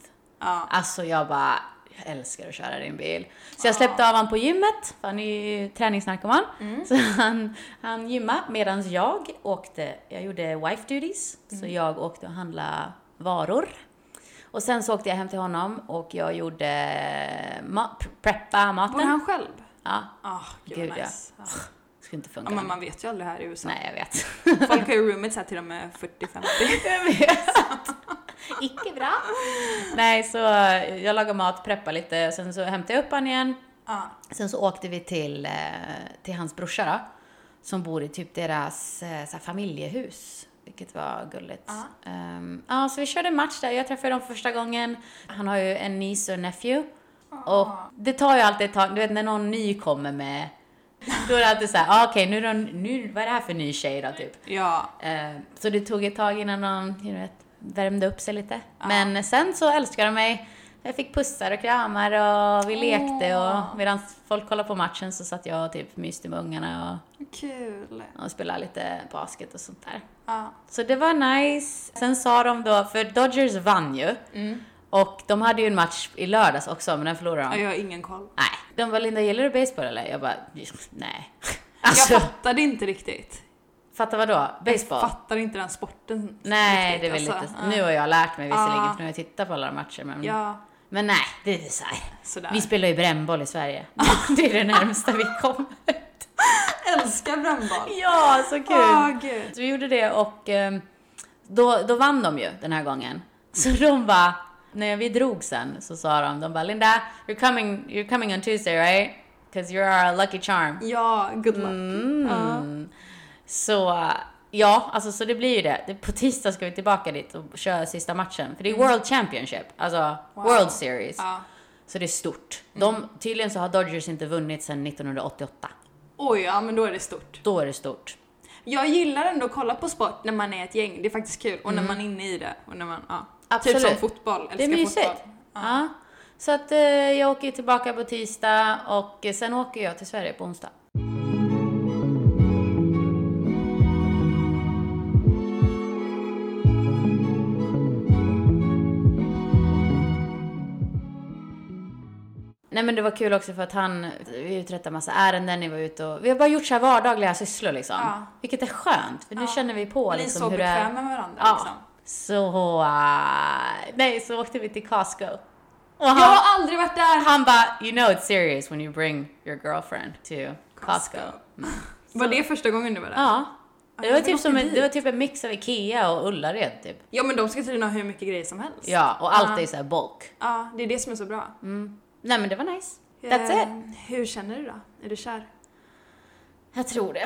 Speaker 2: Ja.
Speaker 1: Alltså jag bara, jag älskar att köra din bil. Så jag släppte av honom på gymmet, för han är ju träningsnarkoman.
Speaker 2: Mm.
Speaker 1: Så han, han gymmade medan jag åkte, jag gjorde wife duties, så
Speaker 2: Mm.
Speaker 1: jag åkte och handlade varor. Och sen så åkte jag hem till honom och jag gjorde ma- preppa
Speaker 2: Bor
Speaker 1: maten.
Speaker 2: han själv?
Speaker 1: Ja,
Speaker 2: Ah, gud,
Speaker 1: Gud,
Speaker 2: vad
Speaker 1: ja.
Speaker 2: nice. Ja.
Speaker 1: skulle inte
Speaker 2: Ja,
Speaker 1: funka.
Speaker 2: men man vet ju aldrig här i USA.
Speaker 1: Nej, jag vet.
Speaker 2: Folk har ju roommates här till de är 40-50.
Speaker 1: *laughs* Jag vet. Icke bra. Nej, så eh, jag lagade mat, preppade lite, sen så hämtade jag upp han igen.
Speaker 2: Ja.
Speaker 1: Sen så åkte vi till, eh, till hans brorsa då, som bor i typ deras eh, så här familjehus. Vilket var gulligt. Ja, ja, så vi körde en match där. Jag träffade dem för första gången. Han har ju en niece och en nephew. Och det tar ju alltid ett tag. Du vet när någon ny kommer med. Då är det alltid såhär, ah, okej nu, är det en- nu, vad är det här för ny tjej då typ?
Speaker 2: Ja.
Speaker 1: Eh, Så det tog ett tag innan de you know, värmde upp sig lite. Men sen så älskade de mig. Jag fick pussar och kramar och vi lekte och medan folk kollade på matchen så satt jag och typ myste med ungarna
Speaker 2: Kul.
Speaker 1: och, och spelade lite basket och sånt där.
Speaker 2: Ja.
Speaker 1: Så det var nice. Sen sa de då, för Dodgers vann ju. Och de hade ju en match i lördags också, men den förlorade de.
Speaker 2: Ja, Jag har ingen koll.
Speaker 1: Nej. De var Linda, gillar du baseball eller? Jag bara, nej. Alltså,
Speaker 2: Jag fattade inte riktigt.
Speaker 1: fatta vadå? Baseball?
Speaker 2: Fattar inte den sporten.
Speaker 1: Nej, det är
Speaker 2: riktigt,
Speaker 1: väl
Speaker 2: alltså.
Speaker 1: lite...
Speaker 2: Ja.
Speaker 1: Nu har jag lärt mig visserligen,
Speaker 2: Ja.
Speaker 1: för nu har jag tittat på alla matcher. Men,
Speaker 2: Ja,
Speaker 1: men nej, det är så här.
Speaker 2: sådär.
Speaker 1: Vi spelar ju brännboll i
Speaker 2: *laughs*
Speaker 1: Sverige. det är det närmsta vi kommer. *laughs*
Speaker 2: älskar brännboll.
Speaker 1: Ja, så
Speaker 2: Åh, gud.
Speaker 1: Så vi gjorde det och eh, då, då vann de ju den här gången. Så
Speaker 2: Mm.
Speaker 1: de bara, när vi drog sen så sa de, de bara Linda, you're coming, you're coming on Tuesday right? Because you're our lucky charm.
Speaker 2: Ja, good luck.
Speaker 1: Mm. Så ja, alltså så det blir ju det. Det- På tisdag ska vi tillbaka dit och köra sista matchen. För det är World Championship, alltså World Series.
Speaker 2: Ja.
Speaker 1: Så det är stort. De, tydligen så har Dodgers inte vunnit sedan 1988.
Speaker 2: Oj, ja men då är det stort.
Speaker 1: Då är det stort.
Speaker 2: Jag gillar ändå att kolla på sport när man är ett gäng. Det är faktiskt kul. Och när man är inne i det. Och när man, ja.
Speaker 1: Mm. Absolut.
Speaker 2: Typ som fotboll. Älskar
Speaker 1: Det är mysigt.
Speaker 2: fotboll.
Speaker 1: Ja. Så att eh, jag åker tillbaka på tisdag och eh, sen åker jag till Sverige på onsdag. Nej men det var kul också för att han, vi uträttade massa ärenden, ni var ute och, vi har bara gjort så här vardagliga sysslor liksom.
Speaker 2: Ja.
Speaker 1: Vilket är skönt, för nu känner vi på
Speaker 2: Ni är
Speaker 1: liksom
Speaker 2: så
Speaker 1: hur det är.
Speaker 2: bekväma med varandra
Speaker 1: Ja.
Speaker 2: liksom.
Speaker 1: Så... eh, nej, så åkte vi till Costco. Och han,
Speaker 2: Jag har aldrig varit där!
Speaker 1: han bara, you know it's serious when you bring your girlfriend to Costco.
Speaker 2: Var det första gången du var där?
Speaker 1: Ja. Det
Speaker 2: jag
Speaker 1: var,
Speaker 2: vill
Speaker 1: typ
Speaker 2: åka
Speaker 1: som en,
Speaker 2: dit.
Speaker 1: det var typ en mix av Ikea och Ullared typ.
Speaker 2: Ja men de ska tydligen ha hur mycket grejer som helst.
Speaker 1: Ja, och allt är såhär bulk.
Speaker 2: Ja, det är det som är så bra.
Speaker 1: Nej men det var nice. That's it.
Speaker 2: Eh, Hur känner du då? Är du kär?
Speaker 1: Jag tror det.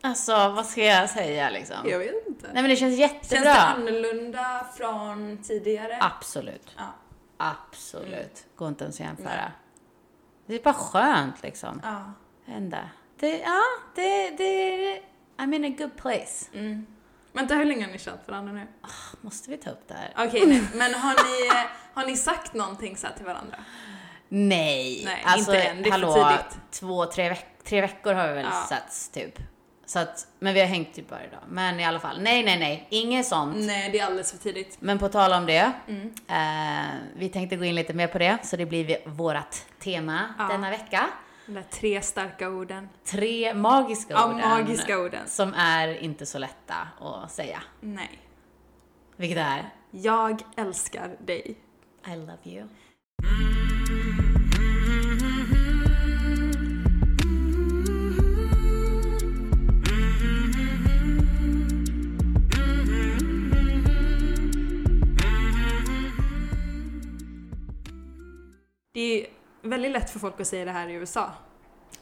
Speaker 1: Alltså, vad ska jag säga liksom? Nej
Speaker 2: Jag vet inte.
Speaker 1: men det känns
Speaker 2: Känns
Speaker 1: jättebra.
Speaker 2: det annorlunda från tidigare?
Speaker 1: Absolut.
Speaker 2: Ja. Mm.
Speaker 1: Absolut. Går inte ens att jämföra. Det är bara skönt liksom.
Speaker 2: Ja.
Speaker 1: Ända. Det, ja, det, det, I'm in a good place.
Speaker 2: Mm. Vänta, hur länge har ni känt varandra nu?
Speaker 1: Måste vi ta upp det här?
Speaker 2: Okej,
Speaker 1: *laughs*
Speaker 2: nej. men har ni, eh, har ni sagt någonting så här till varandra?
Speaker 1: Nej, Alltså,
Speaker 2: Nej, inte än. Det är för tidigt.
Speaker 1: två, tre, veck- tre veckor har vi väl
Speaker 2: Ja.
Speaker 1: setts typ. Så att, men vi har hängt typ varje dag. Men i alla fall, nej, nej, nej, inget sånt.
Speaker 2: Nej, det är alldeles för tidigt.
Speaker 1: Men på tal om det,
Speaker 2: Mm.
Speaker 1: eh, vi tänkte gå in lite mer på det, så det blir vi- vårat tema
Speaker 2: Ja.
Speaker 1: denna vecka.
Speaker 2: De där tre starka orden.
Speaker 1: Tre magiska
Speaker 2: Ja,
Speaker 1: orden.
Speaker 2: magiska orden.
Speaker 1: Som är inte så lätta att säga.
Speaker 2: Nej.
Speaker 1: Vilket är
Speaker 2: Jag älskar dig.
Speaker 1: I love you.
Speaker 2: Det är ju väldigt lätt för folk att säga det här i USA.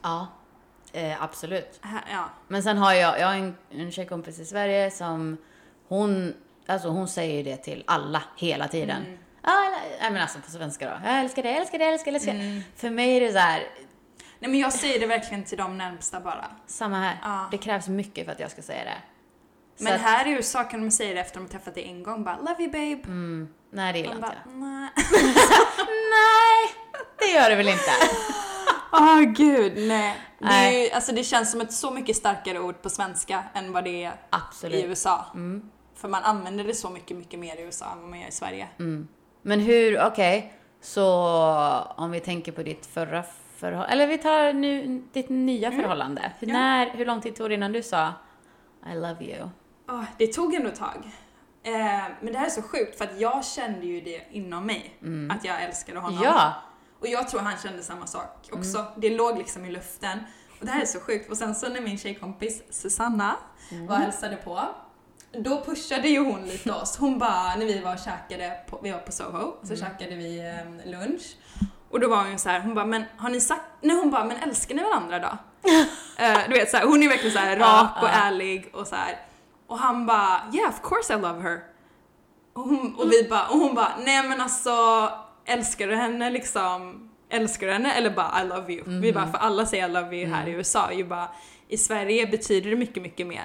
Speaker 1: Ja, eh, absolut.
Speaker 2: Här, ja.
Speaker 1: Men sen har jag, jag har en, en tjejkompis i Sverige som hon, alltså hon säger ju det till alla hela tiden.
Speaker 2: Mm.
Speaker 1: Ja, eller- nej men alltså på svenska då. Jag älskar dig, jag älskar dig, jag älskar dig. jag älskar dig.
Speaker 2: Mm.
Speaker 1: För mig är det så här,
Speaker 2: Nej men jag säger det verkligen till de närmsta bara.
Speaker 1: samma här.
Speaker 2: Ja.
Speaker 1: Det krävs mycket för att jag ska säga det. Så
Speaker 2: Men
Speaker 1: att-
Speaker 2: här i USA kan de säga det efter de har träffat dig en gång bara “Love you babe”.
Speaker 1: Nej, det gillar
Speaker 2: Man
Speaker 1: inte
Speaker 2: bara
Speaker 1: jag.
Speaker 2: “Nej”.
Speaker 1: Nej, det gör det väl
Speaker 2: *laughs*
Speaker 1: inte.
Speaker 2: *laughs* Åh gud, nej. Det, är
Speaker 1: Nej.
Speaker 2: ju, alltså, det känns som ett så mycket starkare ord på svenska än vad det är i
Speaker 1: Absolut. Mm.
Speaker 2: USA. För man använder det så mycket, mycket mer i USA än vad man gör i Sverige.
Speaker 1: Mm. Men hur, okej, så om vi tänker på ditt förra förhållande, eller vi tar nu ditt nya förhållande. Hur,
Speaker 2: Mm. Ja.
Speaker 1: när, hur lång tid tog det innan du sa I love you?
Speaker 2: Ah, det tog ändå ett tag. Eh, men det här är så sjukt för att jag kände ju det inom mig. Att jag älskade honom.
Speaker 1: Ja,
Speaker 2: Och jag tror han kände samma sak också. Det låg liksom i luften. Och det här är så sjukt. Och sen så när min tjejkompis Susanna var och hälsade på. Då pushade ju hon lite oss. Hon bara, när vi var och käkade, på, vi var på Soho, så käkade vi eh, lunch. Och då var hon ju så här, hon bara, men har ni sagt, nej hon bara, men älskar ni varandra då? Eh, du vet så här, hon är verkligen så här rak och ärlig och så här. Och han bara, yeah of course I love her. Och hon, och vi bara, och hon bara, nej men alltså älskar du henne liksom, älskar du henne eller bara I love you? Vi bara, för alla säger I love you här i USA, ju bara, i Sverige betyder det mycket, mycket mer.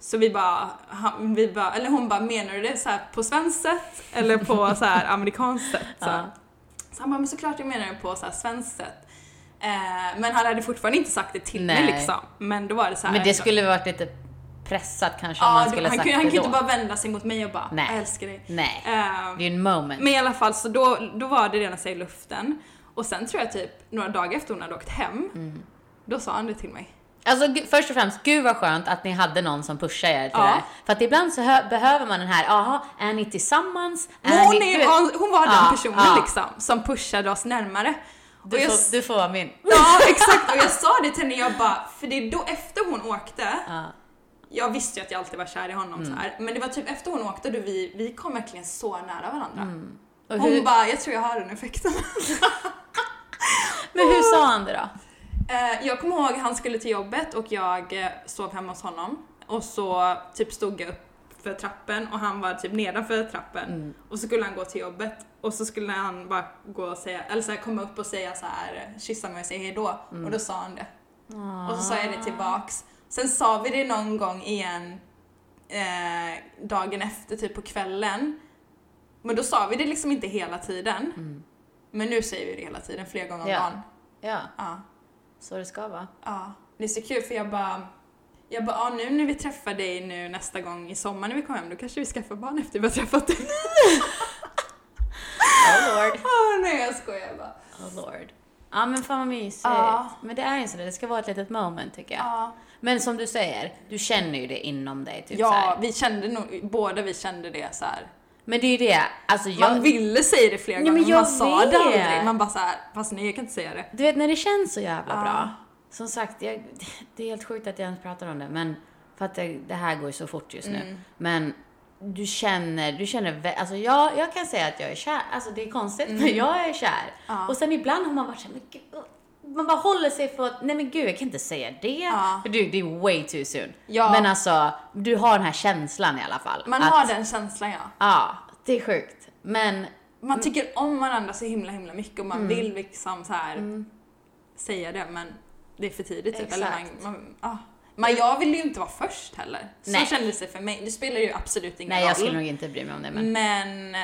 Speaker 2: Så vi bara, han, vi bara, eller hon bara, menar du det så här på svenskt sätt eller
Speaker 1: *laughs*
Speaker 2: på så här amerikanskt sätt? Så, här. så han bara, men såklart jag menar det på så här svenskt sätt. Eh, men han hade fortfarande inte sagt det till mig
Speaker 1: Nej.
Speaker 2: liksom. Men då var det så här.
Speaker 1: men det skulle varit lite pressat kanske om
Speaker 2: ja,
Speaker 1: man
Speaker 2: det-
Speaker 1: skulle ha
Speaker 2: han
Speaker 1: sagt
Speaker 2: kunde, han
Speaker 1: det
Speaker 2: kunde
Speaker 1: då.
Speaker 2: inte bara vända sig mot mig och bara,
Speaker 1: Nej.
Speaker 2: jag älskar dig.
Speaker 1: Nej,
Speaker 2: Eh,
Speaker 1: det är ju en moment.
Speaker 2: men i alla fall, så då, då var det redan sig i luften. Och sen tror jag typ några dagar efter hon hade åkt hem,
Speaker 1: Mm.
Speaker 2: då sa han det till mig.
Speaker 1: Alltså gu- först och främst, gud vad skönt att ni hade någon som pushade er till
Speaker 2: Ja.
Speaker 1: det här. För att ibland så hö- behöver man den här, aha, är ni tillsammans?
Speaker 2: Men
Speaker 1: Är
Speaker 2: hon,
Speaker 1: ni, Äh,
Speaker 2: är,
Speaker 1: du vet-
Speaker 2: hon- hon var den
Speaker 1: Ja,
Speaker 2: personen
Speaker 1: ja.
Speaker 2: liksom, som pushade oss närmare.
Speaker 1: Du,
Speaker 2: och jag,
Speaker 1: får, du får vara min.
Speaker 2: Ja exakt, och jag sa det till henne, jag bara, för det är då efter hon åkte, jag visste ju att jag alltid var kär i honom så här, men det var typ efter hon åkte då vi, vi kom verkligen så nära varandra.
Speaker 1: Och
Speaker 2: Hon
Speaker 1: hur,
Speaker 2: bara, jag tror jag har den effekten.
Speaker 1: men hur sa han det då?
Speaker 2: Eh, jag kommer ihåg han skulle till jobbet och jag eh, sov hemma hos honom. Och så typ stod jag upp för trappen och han var typ nedanför trappen. Och så skulle han gå till jobbet och så skulle han bara gå och säga, eller så här, komma upp och säga så här, kyssa mig och säga hejdå. Och då sa han det. Och så sa jag det tillbaks. Sen sa vi det någon gång igen eh, dagen efter, typ på kvällen. Men då sa vi det liksom inte hela tiden. Men nu säger vi det hela tiden, flera gånger om
Speaker 1: Ja.
Speaker 2: dagen.
Speaker 1: Ja,
Speaker 2: Ja.
Speaker 1: så det ska vara.
Speaker 2: Ja, det är så kul för jag bara jag bara, ah, nu när vi träffar dig nu nästa gång i sommar när vi kommer hem, då kanske vi skaffar barn efter vi har träffat dig.
Speaker 1: Oh lord.
Speaker 2: *laughs* Åh nej, jag skojar bara.
Speaker 1: Oh lord. Ja men fan vad mysigt.
Speaker 2: Ja.
Speaker 1: Men det är ju så det, det ska vara ett litet moment tycker jag.
Speaker 2: Ja,
Speaker 1: Men som du säger, du känner ju det inom dig. Typ så
Speaker 2: ja
Speaker 1: här.
Speaker 2: vi kände nog, båda vi kände det så här.
Speaker 1: Men det är ju det, alltså jag...
Speaker 2: Man ville säga det flera
Speaker 1: Ja,
Speaker 2: gånger,
Speaker 1: men
Speaker 2: men
Speaker 1: jag
Speaker 2: man sa det
Speaker 1: vet.
Speaker 2: aldrig. Man bara så här, fast nej jag kan inte säga det.
Speaker 1: Du vet när det känns så jävla
Speaker 2: Ja.
Speaker 1: bra. Som sagt, jag, det är helt sjukt att jag ens pratar om det, men för att det, det här går ju så fort just nu.
Speaker 2: Mm.
Speaker 1: Men du känner, du känner, vä- alltså jag, jag kan säga att jag är kär. Alltså det är konstigt, men jag är kär.
Speaker 2: Mm. Ja.
Speaker 1: Och sen ibland har man varit såhär, men gud, uh, man bara håller sig för att, nej men gud jag kan inte säga det.
Speaker 2: Ja.
Speaker 1: För du, det är way too soon.
Speaker 2: Ja.
Speaker 1: Men alltså, du har den här känslan i alla fall.
Speaker 2: Man
Speaker 1: att-
Speaker 2: har den känslan ja.
Speaker 1: Ja, det är sjukt. Men
Speaker 2: Man
Speaker 1: Mm.
Speaker 2: tycker om varandra så himla himla mycket och man vill liksom så här
Speaker 1: Mm.
Speaker 2: säga det men det är för tidigt typ. Eller
Speaker 1: Exakt.
Speaker 2: man, man, ah. Men jag vill ju inte vara först heller. Så
Speaker 1: Nej.
Speaker 2: kändes det för mig. Det spelar ju absolut ingen
Speaker 1: nej
Speaker 2: roll.
Speaker 1: jag skulle nog inte bry mig om det. Men...
Speaker 2: Men eh,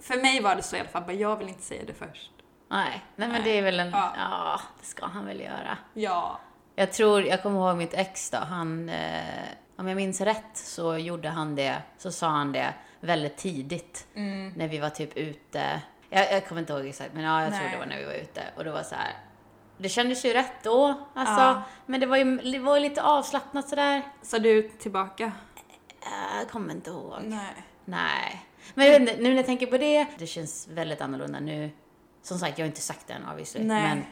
Speaker 2: för mig var det så i alla fall, bara, jag vill inte säga det först.
Speaker 1: Nej, nej men det är väl en...
Speaker 2: Ja.
Speaker 1: Ja, det ska han väl göra.
Speaker 2: Ja.
Speaker 1: Jag tror, jag kommer ihåg mitt ex då, han, eh, om jag minns rätt så gjorde han det, så sa han det väldigt tidigt
Speaker 2: Mm.
Speaker 1: när vi var typ ute. Jag, jag kommer inte ihåg exakt, men ja, jag tror
Speaker 2: Nej.
Speaker 1: det var när vi var ute och det var så här. Det kändes ju rätt då, alltså.
Speaker 2: Ja.
Speaker 1: Men det var ju, det var ju lite avslappnat sådär.
Speaker 2: Sa du tillbaka?
Speaker 1: Eh, Jag kommer inte ihåg.
Speaker 2: Nej.
Speaker 1: Nej. Men jag vet inte, nu när jag tänker på det, det känns väldigt annorlunda nu. Som sagt, jag har inte sagt det än obviously.
Speaker 2: Nej.
Speaker 1: Men,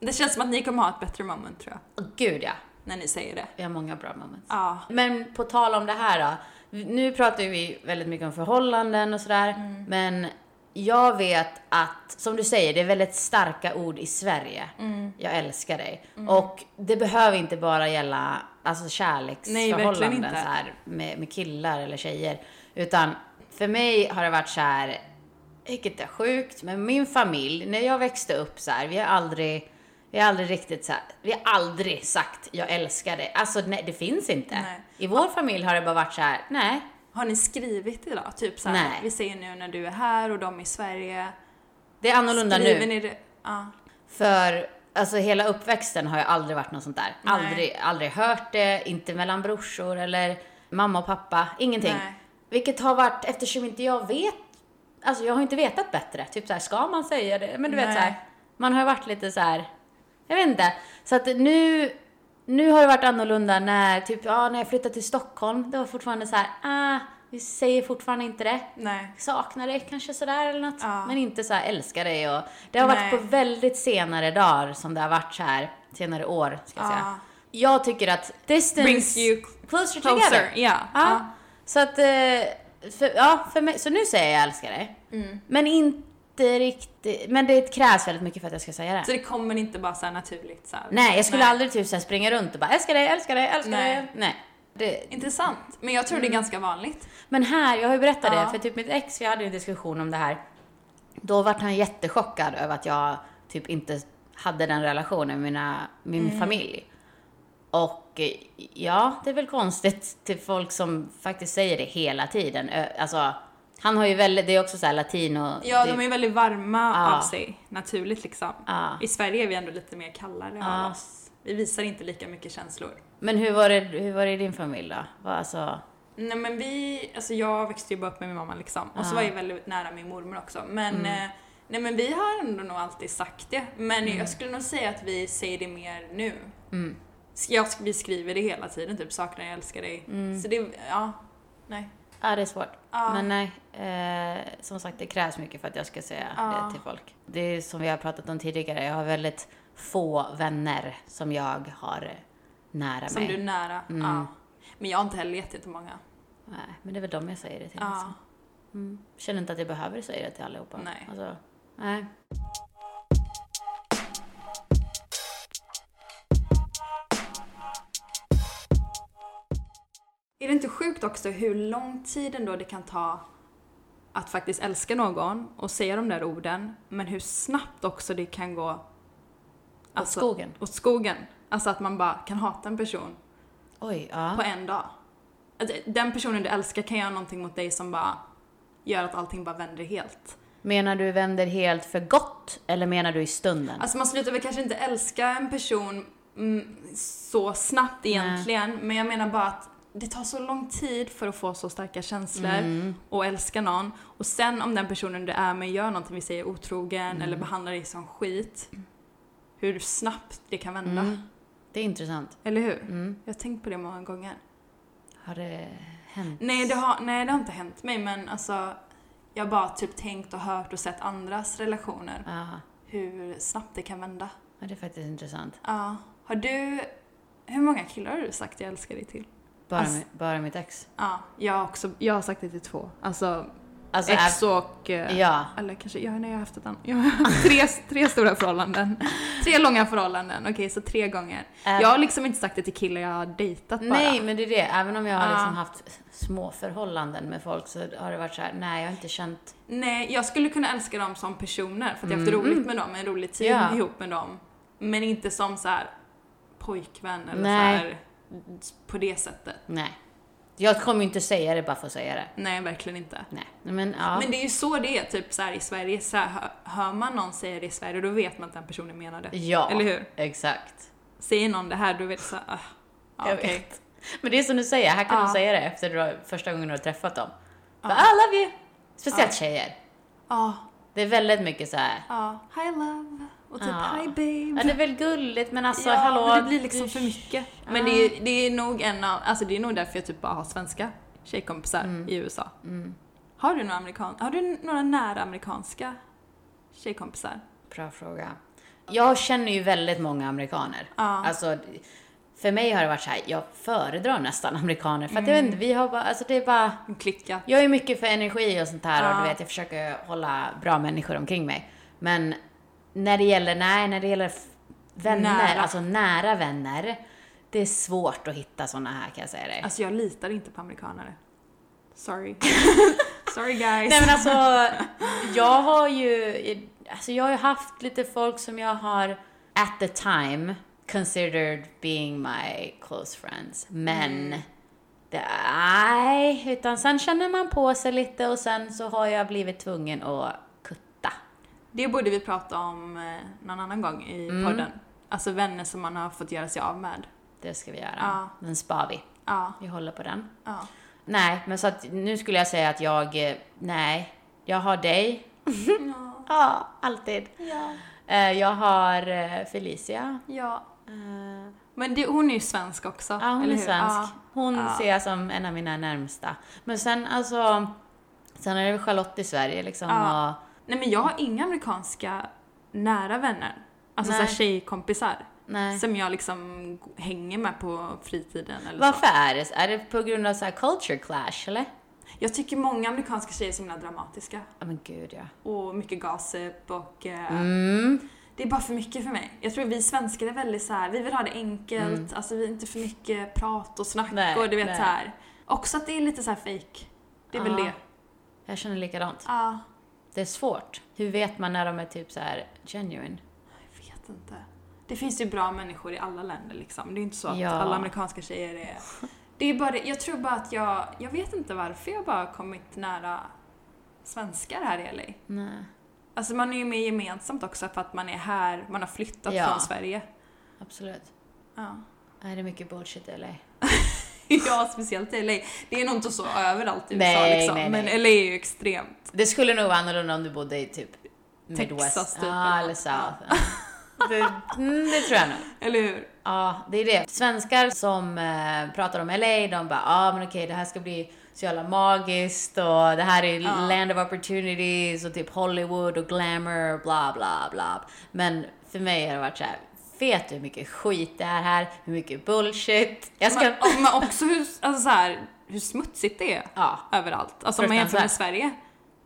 Speaker 2: Det känns som att ni kommer ha ett bättre moment tror jag,
Speaker 1: åh, gud ja.
Speaker 2: när ni säger det.
Speaker 1: Vi har många bra moments.
Speaker 2: Ja.
Speaker 1: Men på tal om det här då. Nu pratar ju vi väldigt mycket om förhållanden och sådär. Men jag vet att, som du säger, det är väldigt starka ord i Sverige. Jag älskar dig. Och det behöver inte bara gälla alltså,
Speaker 2: verkligen
Speaker 1: kärleksförhållanden
Speaker 2: inte.
Speaker 1: så här, med, med killar eller tjejer. Utan för mig har det varit så här, vilket är sjukt, men min familj, när jag växte upp så här, vi har aldrig vi har aldrig riktigt så här, vi har aldrig sagt jag älskar dig. Alltså nej, det finns inte.
Speaker 2: Nej.
Speaker 1: I vår familj har det bara varit så här, nej,
Speaker 2: Har ni skrivit idag? Typ så
Speaker 1: Nej.
Speaker 2: här, vi säger nu när du är här och de är i Sverige.
Speaker 1: det är annorlunda nu.
Speaker 2: Skriver ni det? Ja.
Speaker 1: För alltså hela uppväxten har jag aldrig varit något sånt där.
Speaker 2: Nej.
Speaker 1: Aldrig, aldrig hört det, inte mellan brorsor eller mamma och pappa, ingenting.
Speaker 2: Nej.
Speaker 1: Vilket har varit, eftersom inte jag vet, alltså jag har inte vetat bättre. Typ så här, ska man säga det? Men du vet
Speaker 2: Nej.
Speaker 1: så här, man har ju varit lite så här, jag vet inte. Så att nu, nu har det varit annorlunda när, typ, ja, när jag flyttade till Stockholm, det var fortfarande så här, ah, vi säger fortfarande inte det
Speaker 2: Nej.
Speaker 1: saknar dig kanske sådär eller något.
Speaker 2: Ja.
Speaker 1: Men inte så här älskar dig och det har varit
Speaker 2: Nej.
Speaker 1: på väldigt senare dagar som det har varit så här senare år ska jag
Speaker 2: Ja.
Speaker 1: säga. Jag tycker att distance
Speaker 2: Brings you
Speaker 1: closer, together.
Speaker 2: Closer, ja.
Speaker 1: Ja. Så att, eh, för, ja, för mig, så nu säger jag älskar dig.
Speaker 2: Mm.
Speaker 1: Men inte riktigt, men det krävs väldigt mycket för att jag ska säga det.
Speaker 2: Så det kommer inte bara så här naturligt så här.
Speaker 1: Nej, jag skulle
Speaker 2: Nej.
Speaker 1: aldrig typ så här springa runt och bara älskar dig, älskar dig, älskar
Speaker 2: Nej.
Speaker 1: dig. Nej. Det,
Speaker 2: Intressant. Men jag tror
Speaker 1: Mm.
Speaker 2: det är ganska vanligt.
Speaker 1: Men här, jag har ju berättat
Speaker 2: Ja.
Speaker 1: det, för typ mitt ex, vi hade ju en diskussion om det här. Då vart han jättechockad över att jag typ inte hade den relationen med mina, min
Speaker 2: Mm.
Speaker 1: familj. Och eh, ja, det är väl konstigt till folk som faktiskt säger det hela tiden. Ö, Alltså, han har ju väldigt, det är också såhär latino.
Speaker 2: Ja,
Speaker 1: det,
Speaker 2: de är väldigt varma
Speaker 1: Ja.
Speaker 2: av sig, naturligt liksom.
Speaker 1: Ja.
Speaker 2: I Sverige är vi ändå lite mer kallare
Speaker 1: Ja.
Speaker 2: av oss. Vi visar inte lika mycket känslor.
Speaker 1: Men hur var, det, hur var det i din familj då? Vad, alltså,
Speaker 2: Nej men vi, alltså jag växte ju bara upp med min mamma liksom. Och så var jag väldigt nära min mormor också. Men,
Speaker 1: Mm.
Speaker 2: eh, nej men vi har ändå nog alltid sagt det. Men jag skulle nog säga att vi säger det mer nu.
Speaker 1: Mm.
Speaker 2: Sk- Jag, sk- vi skriver det hela tiden, typ saknar jag, älskar dig. Så det, ja, nej.
Speaker 1: ja, det är svårt.
Speaker 2: Ja.
Speaker 1: Men nej, eh, som sagt det krävs mycket för att jag ska säga
Speaker 2: Ja.
Speaker 1: det till folk. Det är som vi har pratat om tidigare, jag har väldigt få vänner som jag har nära
Speaker 2: Som
Speaker 1: mig.
Speaker 2: du är nära. Ja. Men jag har inte heller jätte- jättemånga.
Speaker 1: Nej, men det är väl dem jag säger det till.
Speaker 2: Ja.
Speaker 1: liksom. Mm. Känner inte att jag behöver säga det till allihopa.
Speaker 2: Nej.
Speaker 1: Alltså, nej.
Speaker 2: Är det inte sjukt också hur lång tid ändå det kan ta att faktiskt älska någon och säga de där orden, men hur snabbt också det kan gå alltså,
Speaker 1: skogen.
Speaker 2: åt skogen. Alltså att man bara kan hata en person
Speaker 1: Oj, ja.
Speaker 2: på en dag. Att eh, Den personen du älskar kan göra någonting mot dig som bara gör att allting bara vänder helt.
Speaker 1: Menar du vänder helt för gott eller menar du i stunden?
Speaker 2: Alltså man slutar väl kanske inte älska en person mm, så snabbt egentligen, men jag menar bara att det tar så lång tid för att få så starka känslor
Speaker 1: Mm.
Speaker 2: och älska någon. Och sen om den personen du är med gör någonting, vi säger otrogen eller behandlar dig som skit, hur snabbt det kan vända.
Speaker 1: Det är intressant. Mm.
Speaker 2: Eller hur? Jag har tänkt på det många gånger.
Speaker 1: Har det hänt?
Speaker 2: Nej det, har, nej, det har inte hänt mig, men alltså jag har bara typ tänkt och hört och sett andras relationer,
Speaker 1: Ja,
Speaker 2: hur snabbt det kan vända.
Speaker 1: Ja, det är faktiskt intressant.
Speaker 2: Ja. Har du... Hur många killar har du sagt jag älskar dig till?
Speaker 1: Bara,
Speaker 2: Alltså-
Speaker 1: mi- bara mitt ex.
Speaker 2: Ja, jag har också... Jag har sagt det till två. Alltså,
Speaker 1: Alltså,
Speaker 2: ex och... eh,
Speaker 1: ja.
Speaker 2: Eller kanske... Ja, nej, jag har haft ett annat. Jag har haft tre, tre stora *laughs* förhållanden. Tre långa förhållanden. Okej, så tre gånger.
Speaker 1: Äm.
Speaker 2: Jag har liksom inte sagt det till killar jag har dejtat bara.
Speaker 1: Nej, men det är det. Även om jag har
Speaker 2: Ja.
Speaker 1: liksom haft små förhållanden med folk så har det varit så här, nej jag har inte känt...
Speaker 2: Nej, jag skulle kunna älska dem som personer för att jag har haft roligt med dem, en rolig tid
Speaker 1: Mm. Ja.
Speaker 2: ihop med dem. Men inte som så här pojkvän eller
Speaker 1: Nej.
Speaker 2: så här på det sättet.
Speaker 1: Nej. Jag kommer ju inte säga det bara för att säga det.
Speaker 2: Nej, verkligen inte.
Speaker 1: Nej. Men ja.
Speaker 2: Men det är ju så det är, typ så här i Sverige, så här, hör- hör man någon säga det i Sverige då vet man att den personen menar det.
Speaker 1: ja.
Speaker 2: Eller hur?
Speaker 1: Exakt.
Speaker 2: säger någon det här, då vet du såhär, ah, ah,
Speaker 1: Jag
Speaker 2: okej.
Speaker 1: vet. Men det är som du säger, här kan
Speaker 2: Ja.
Speaker 1: du säga det efter du har, första gången du har träffat dem. Bara, I love you! Speciellt tjejer.
Speaker 2: Ja,
Speaker 1: Det är väldigt mycket så här.
Speaker 2: ja. Hi love. Och typ
Speaker 1: Ja.
Speaker 2: hi
Speaker 1: Ja,
Speaker 2: babe.
Speaker 1: det är väl gulligt men alltså
Speaker 2: ja,
Speaker 1: hallå.
Speaker 2: men det blir liksom
Speaker 1: du-
Speaker 2: för mycket. Men det är, det är nog en av, alltså det är nog därför jag typ bara har svenska tjejkompisar i USA. Har du några amerikan, har du några nära amerikanska tjejkompisar?
Speaker 1: Bra fråga. Jag känner ju väldigt många amerikaner.
Speaker 2: Ja.
Speaker 1: Alltså, för mig har det varit så här, jag föredrar nästan *laughs* amerikaner. För att
Speaker 2: Mm.
Speaker 1: jag vet inte, vi har bara, alltså det är bara,
Speaker 2: Klicka.
Speaker 1: jag är mycket för energi och sånt här och
Speaker 2: Ja.
Speaker 1: du vet, jag försöker hålla bra människor omkring mig. Men när det gäller, nej, när det gäller f- vänner,
Speaker 2: Nära.
Speaker 1: alltså nära vänner, det är svårt att hitta såna här kan jag säga dig.
Speaker 2: Alltså jag litar inte på amerikanare. *laughs* Sorry. Sorry guys.
Speaker 1: Nej men alltså, *laughs* jag har ju, alltså jag har ju haft lite folk som jag har at the time considered being my close friends. Men, det, nej, utan sen känner man på sig lite och sen så har jag blivit tvungen att kutta.
Speaker 2: Det borde vi prata om eh, någon annan gång i
Speaker 1: Mm.
Speaker 2: podden. Alltså vänner som man har fått göra sig av med.
Speaker 1: Det ska vi göra.
Speaker 2: Ja.
Speaker 1: Den spar vi.
Speaker 2: Ja,
Speaker 1: Vi håller på den. *laughs*
Speaker 2: ja.
Speaker 1: Nej, men så att nu skulle jag säga att jag, eh, nej, jag har dig.
Speaker 2: Ja,
Speaker 1: Ja, alltid.
Speaker 2: ja,
Speaker 1: Eh, Jag har eh, Felicia.
Speaker 2: ja.
Speaker 1: Eh,
Speaker 2: Men det, hon är ju svensk också,
Speaker 1: Ja, hon
Speaker 2: eller
Speaker 1: är
Speaker 2: hur?
Speaker 1: svensk.
Speaker 2: Ja.
Speaker 1: Hon
Speaker 2: Ja.
Speaker 1: ser jag som en av mina närmsta. Men sen alltså, sen är det väl Charlotte i Sverige liksom
Speaker 2: Ja.
Speaker 1: och
Speaker 2: Nej men jag har inga amerikanska nära vänner. Alltså
Speaker 1: Nej.
Speaker 2: såhär tjejkompisar.
Speaker 1: nej.
Speaker 2: Som jag liksom hänger med på fritiden eller så.
Speaker 1: Varför är det? Är det på grund av så här culture clash eller?
Speaker 2: Jag tycker många amerikanska tjejer är så himla dramatiska.
Speaker 1: Ja men gud ja.
Speaker 2: Och mycket gossip och... eh,
Speaker 1: Mm.
Speaker 2: Det är bara för mycket för mig. Jag tror vi svenskar är väldigt så här, vi vill ha det enkelt, alltså vi är inte för mycket prat och snack
Speaker 1: Mm. Nej,
Speaker 2: och du vet
Speaker 1: nej.
Speaker 2: så här. Också att det är lite så här fake. Det är väl
Speaker 1: Ja.
Speaker 2: det.
Speaker 1: Jag känner likadant.
Speaker 2: Ja,
Speaker 1: Det är svårt. Hur vet man när de är typ så här genuine?
Speaker 2: jag vet inte. Det finns ju bra människor i alla länder liksom. Det är inte så att
Speaker 1: Ja.
Speaker 2: alla amerikanska tjejer är... Det är bara det, jag tror bara att jag, jag vet inte varför jag bara har kommit nära svenskar här i LA.
Speaker 1: Nej.
Speaker 2: Alltså man är ju med gemensamt också för att man är här, man har flyttat
Speaker 1: Ja.
Speaker 2: från Sverige.
Speaker 1: Absolut.
Speaker 2: Ja.
Speaker 1: Är det mycket bullshit eller?
Speaker 2: *laughs* Ja, speciellt i LA. Det är nog inte så överallt i USA
Speaker 1: Nej,
Speaker 2: liksom,
Speaker 1: nej,
Speaker 2: men
Speaker 1: nej.
Speaker 2: LA är ju extremt.
Speaker 1: Det skulle nog vara annorlunda om du bodde i typ Midwest.
Speaker 2: Texas, typ,
Speaker 1: Ja,
Speaker 2: eller
Speaker 1: eller
Speaker 2: något.
Speaker 1: South. Ja. Det, mm, det tror jag nog.
Speaker 2: Eller hur?
Speaker 1: Ja, det är det. Svenskar som eh, pratar om LA, de bara ja ah, men okej det här ska bli så jävla magiskt och det här är land of opportunities och typ Hollywood och glamour bla bla bla. Men för mig har det varit så här, vet du hur mycket skit det är här, hur mycket bullshit. Jag ska...
Speaker 2: Men, och- men också hur, alltså, så här, hur smutsigt det är
Speaker 1: Ja,
Speaker 2: överallt. Alltså om man jämför med
Speaker 1: Fruktansvärt. Mm.
Speaker 2: Sverige.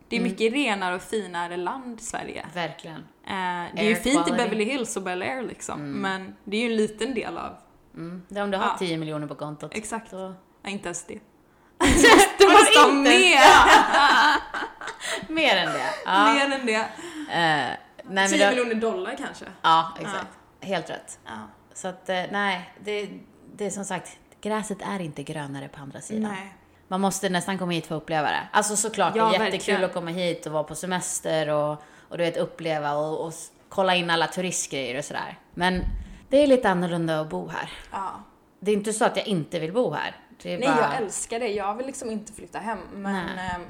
Speaker 2: Det är mycket renare och finare land Sverige.
Speaker 1: verkligen.
Speaker 2: Eh, det är ju
Speaker 1: Air
Speaker 2: fint i
Speaker 1: quality.
Speaker 2: Beverly Hills och Bel Air liksom, men det är ju en liten del av,
Speaker 1: Mm. Det är om du har
Speaker 2: Ja.
Speaker 1: 10 miljoner på kontot.
Speaker 2: exakt,
Speaker 1: Så...
Speaker 2: ja, inte ens
Speaker 1: *laughs*
Speaker 2: *laughs* det.
Speaker 1: Du
Speaker 2: Måste ha mer,
Speaker 1: Mer än det. Ja.
Speaker 2: mer än det.
Speaker 1: Eh, nej, men
Speaker 2: 10
Speaker 1: då...
Speaker 2: miljoner dollar kanske.
Speaker 1: Ja, exakt. Helt rätt.
Speaker 2: Ja.
Speaker 1: Så att eh, nej, det, det är som sagt, gräset är inte grönare på andra sidan.
Speaker 2: Nej.
Speaker 1: Man måste nästan komma hit för att uppleva det. Alltså såklart,
Speaker 2: Ja,
Speaker 1: det är jättekul
Speaker 2: verkligen.
Speaker 1: att komma hit och vara på semester och, och du vet uppleva och, och s- kolla in alla turistgrejer och sådär. Men det är lite annorlunda att bo här.
Speaker 2: Ja.
Speaker 1: Det är inte så att jag inte vill bo här. Det är
Speaker 2: Nej,
Speaker 1: bara,
Speaker 2: jag älskar det. Jag vill liksom inte flytta hem, men
Speaker 1: Nej.
Speaker 2: ehm,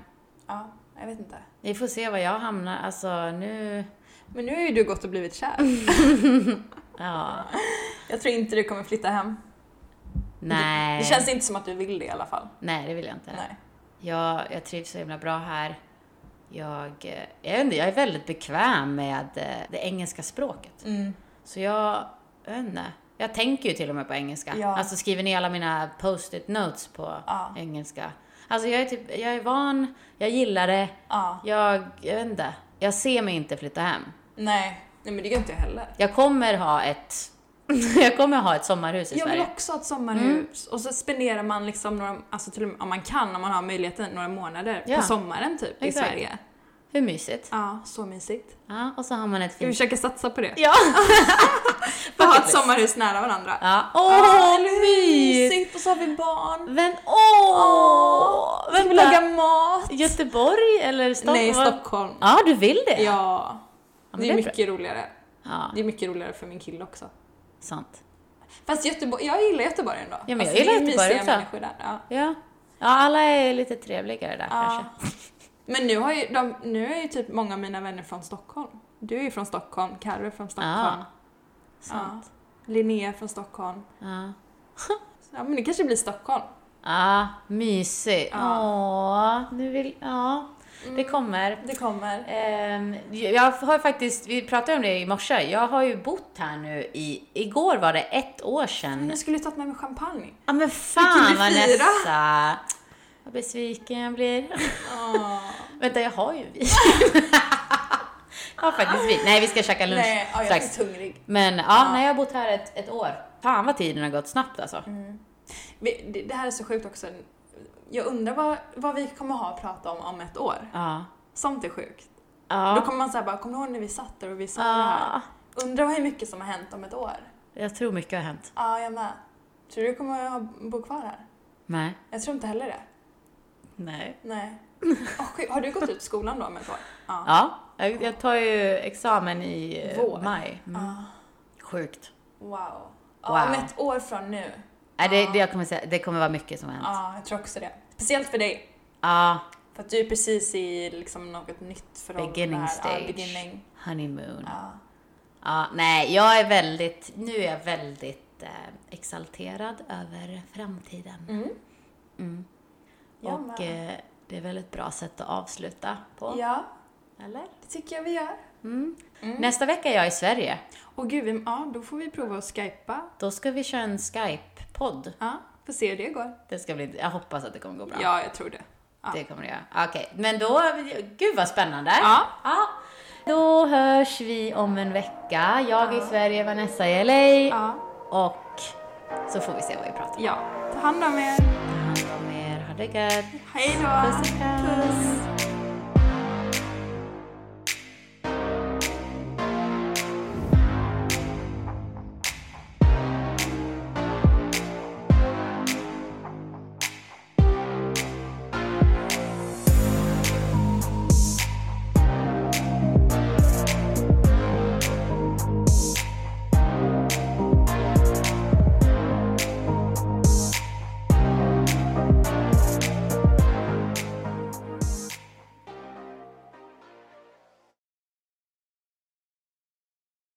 Speaker 2: ja, jag vet inte.
Speaker 1: Vi får se var jag hamnar. Alltså nu...
Speaker 2: Men nu har ju du gått och blivit kär. *laughs*
Speaker 1: Ja.
Speaker 2: Jag tror inte du kommer flytta hem.
Speaker 1: Nej.
Speaker 2: Det känns inte som att du vill det i alla fall.
Speaker 1: Nej, det vill jag inte.
Speaker 2: Nej.
Speaker 1: Jag, jag trivs så himla bra här. Jag, eh, jag, vet inte, jag är väldigt bekväm med eh, det engelska språket.
Speaker 2: Mm.
Speaker 1: Så jag, jag vet inte. Jag tänker ju till och med på engelska.
Speaker 2: Ja.
Speaker 1: Alltså skriver ner alla mina post-it notes på
Speaker 2: Ja.
Speaker 1: engelska. Alltså jag är, typ, jag är van, jag gillar det.
Speaker 2: Ja.
Speaker 1: Jag, jag vet inte. Jag ser mig inte flytta hem.
Speaker 2: Nej. Nej, men det gör inte jag heller.
Speaker 1: Jag kommer ha ett, *laughs* jag kommer ha ett sommarhus i
Speaker 2: Jag vill
Speaker 1: Sverige. Mm.
Speaker 2: också ha ett sommarhus och så spenderar man liksom några, alltså till och med, om man kan, om man har möjligheten, några månader
Speaker 1: Ja.
Speaker 2: på sommaren typ i
Speaker 1: Exakt.
Speaker 2: Sverige.
Speaker 1: Hur mysigt?
Speaker 2: Ja, så mysigt.
Speaker 1: Ja, och så har man ett
Speaker 2: Ska vi
Speaker 1: fint...
Speaker 2: försöka satsa på det?
Speaker 1: Mm.
Speaker 2: *laughs*
Speaker 1: Ja!
Speaker 2: Bara ha ett
Speaker 1: Bucket list.
Speaker 2: sommarhus nära varandra.
Speaker 1: Ja. Åh,
Speaker 2: Ja, Ah, eller hur
Speaker 1: mysigt!
Speaker 2: Och så har vi barn.
Speaker 1: Men åh!
Speaker 2: Åh, Ska vi laga
Speaker 1: vänta,
Speaker 2: mat?
Speaker 1: Göteborg eller Typ Stockholm?
Speaker 2: Nej, Stockholm.
Speaker 1: Ja, du vill det?
Speaker 2: Ja.
Speaker 1: men
Speaker 2: Det
Speaker 1: det
Speaker 2: är
Speaker 1: är
Speaker 2: mycket roligare.
Speaker 1: Ja,
Speaker 2: Det är mycket roligare för min kille också.
Speaker 1: sant.
Speaker 2: Fast Göteborg, jag gillar Göteborg ändå. Alltså,
Speaker 1: Ja, men jag gillar
Speaker 2: det är mysiga
Speaker 1: Göteborg också.
Speaker 2: människor där. Ja.
Speaker 1: Ja. ja, alla är lite trevligare där
Speaker 2: Ja.
Speaker 1: kanske.
Speaker 2: Men nu, har ju de, nu är ju typ många av mina vänner från Stockholm. Du är ju från Stockholm, Carro är från Stockholm.
Speaker 1: Ja, sant.
Speaker 2: Ja. Linnea är från Stockholm.
Speaker 1: Ja.
Speaker 2: Så, Ja, men det kanske blir Stockholm.
Speaker 1: Ja, mysigt.
Speaker 2: Ja. Mm.
Speaker 1: Åh, nu vill... Ja, det kommer.
Speaker 2: Det kommer.
Speaker 1: Ehm, jag har faktiskt, vi pratade om det i morse, jag har ju bott här nu i, igår var det ett år sedan.
Speaker 2: Jag skulle ju tagit med mig champagne.
Speaker 1: Ja men
Speaker 2: Fick
Speaker 1: fan
Speaker 2: vi fira?
Speaker 1: Vanessa! Vad besviken jag blir.
Speaker 2: Åh.
Speaker 1: Vänta, jag har ju *laughs* vin. jag har faktiskt vin. Nej, vi ska käka lunch
Speaker 2: Nej, ja, jag är
Speaker 1: strax.
Speaker 2: så hungrig.
Speaker 1: Men ja, nej, jag har bott här ett, ett år. Fan vad tiden har gått snabbt alltså.
Speaker 2: Mm. Vi- Det det här är så sjukt också. Jag undrar vad, vad vi kommer ha att prata om om ett år.
Speaker 1: Ja.
Speaker 2: Sånt är sjukt. Då
Speaker 1: Ja.
Speaker 2: kommer man säga bara, kommer du ihåg när vi satt där och vi sa det här?
Speaker 1: ja.
Speaker 2: Undrar hur mycket som har hänt om ett år.
Speaker 1: Jag tror mycket har hänt.
Speaker 2: Ja, jag med. Tror du kommer ha bo kvar här?
Speaker 1: Nej.
Speaker 2: Jag tror inte heller det.
Speaker 1: Nej. *laughs*
Speaker 2: Nej. Åh, sjukt. har du gått ut skolan då om ett år? Ja.
Speaker 1: Ja, jag, jag tar ju examen i eh,
Speaker 2: Vår.
Speaker 1: maj. Mm.
Speaker 2: Ah,
Speaker 1: Sjukt.
Speaker 2: wow. Ja,
Speaker 1: Wow.
Speaker 2: Om ett år från nu.
Speaker 1: Nej, det, det, jag kommer säga, det kommer vara mycket som har hänt.
Speaker 2: Ja, jag tror också det. Speciellt för dig.
Speaker 1: Ja,
Speaker 2: För att du är precis i liksom något nytt förhållande.
Speaker 1: Beginning
Speaker 2: här.
Speaker 1: stage. Mm.
Speaker 2: Ja, beginning.
Speaker 1: honeymoon. Ja.
Speaker 2: Ja.
Speaker 1: nej, jag är väldigt, nu är jag väldigt eh, exalterad över framtiden.
Speaker 2: Mm.
Speaker 1: Mm.
Speaker 2: Jag
Speaker 1: Och
Speaker 2: med.
Speaker 1: eh, det är väl ett bra sätt att avsluta på,
Speaker 2: Ja,
Speaker 1: eller?
Speaker 2: det tycker jag vi gör.
Speaker 1: Mm.
Speaker 2: Mm.
Speaker 1: Nästa vecka är jag i Sverige.
Speaker 2: Och gud, vi- ja, då får vi prova att skypa.
Speaker 1: Då ska vi köra en Skype-podd.
Speaker 2: Ja, får se hur det går.
Speaker 1: Det ska bli, jag hoppas att det kommer gå bra.
Speaker 2: Ja, jag tror det. Ja.
Speaker 1: Det kommer det göra. Okej, men då, gud vad spännande.
Speaker 2: Ja.
Speaker 1: Ja. Då hörs vi om en vecka. Jag i Sverige, Vanessa i LA.
Speaker 2: Ja,
Speaker 1: Och så får vi se vad vi pratar om.
Speaker 2: ja. Ta hand om er.
Speaker 1: Ta hand om er. Ha det gött.
Speaker 2: Hej då.
Speaker 1: Puss och kram.
Speaker 2: Puss.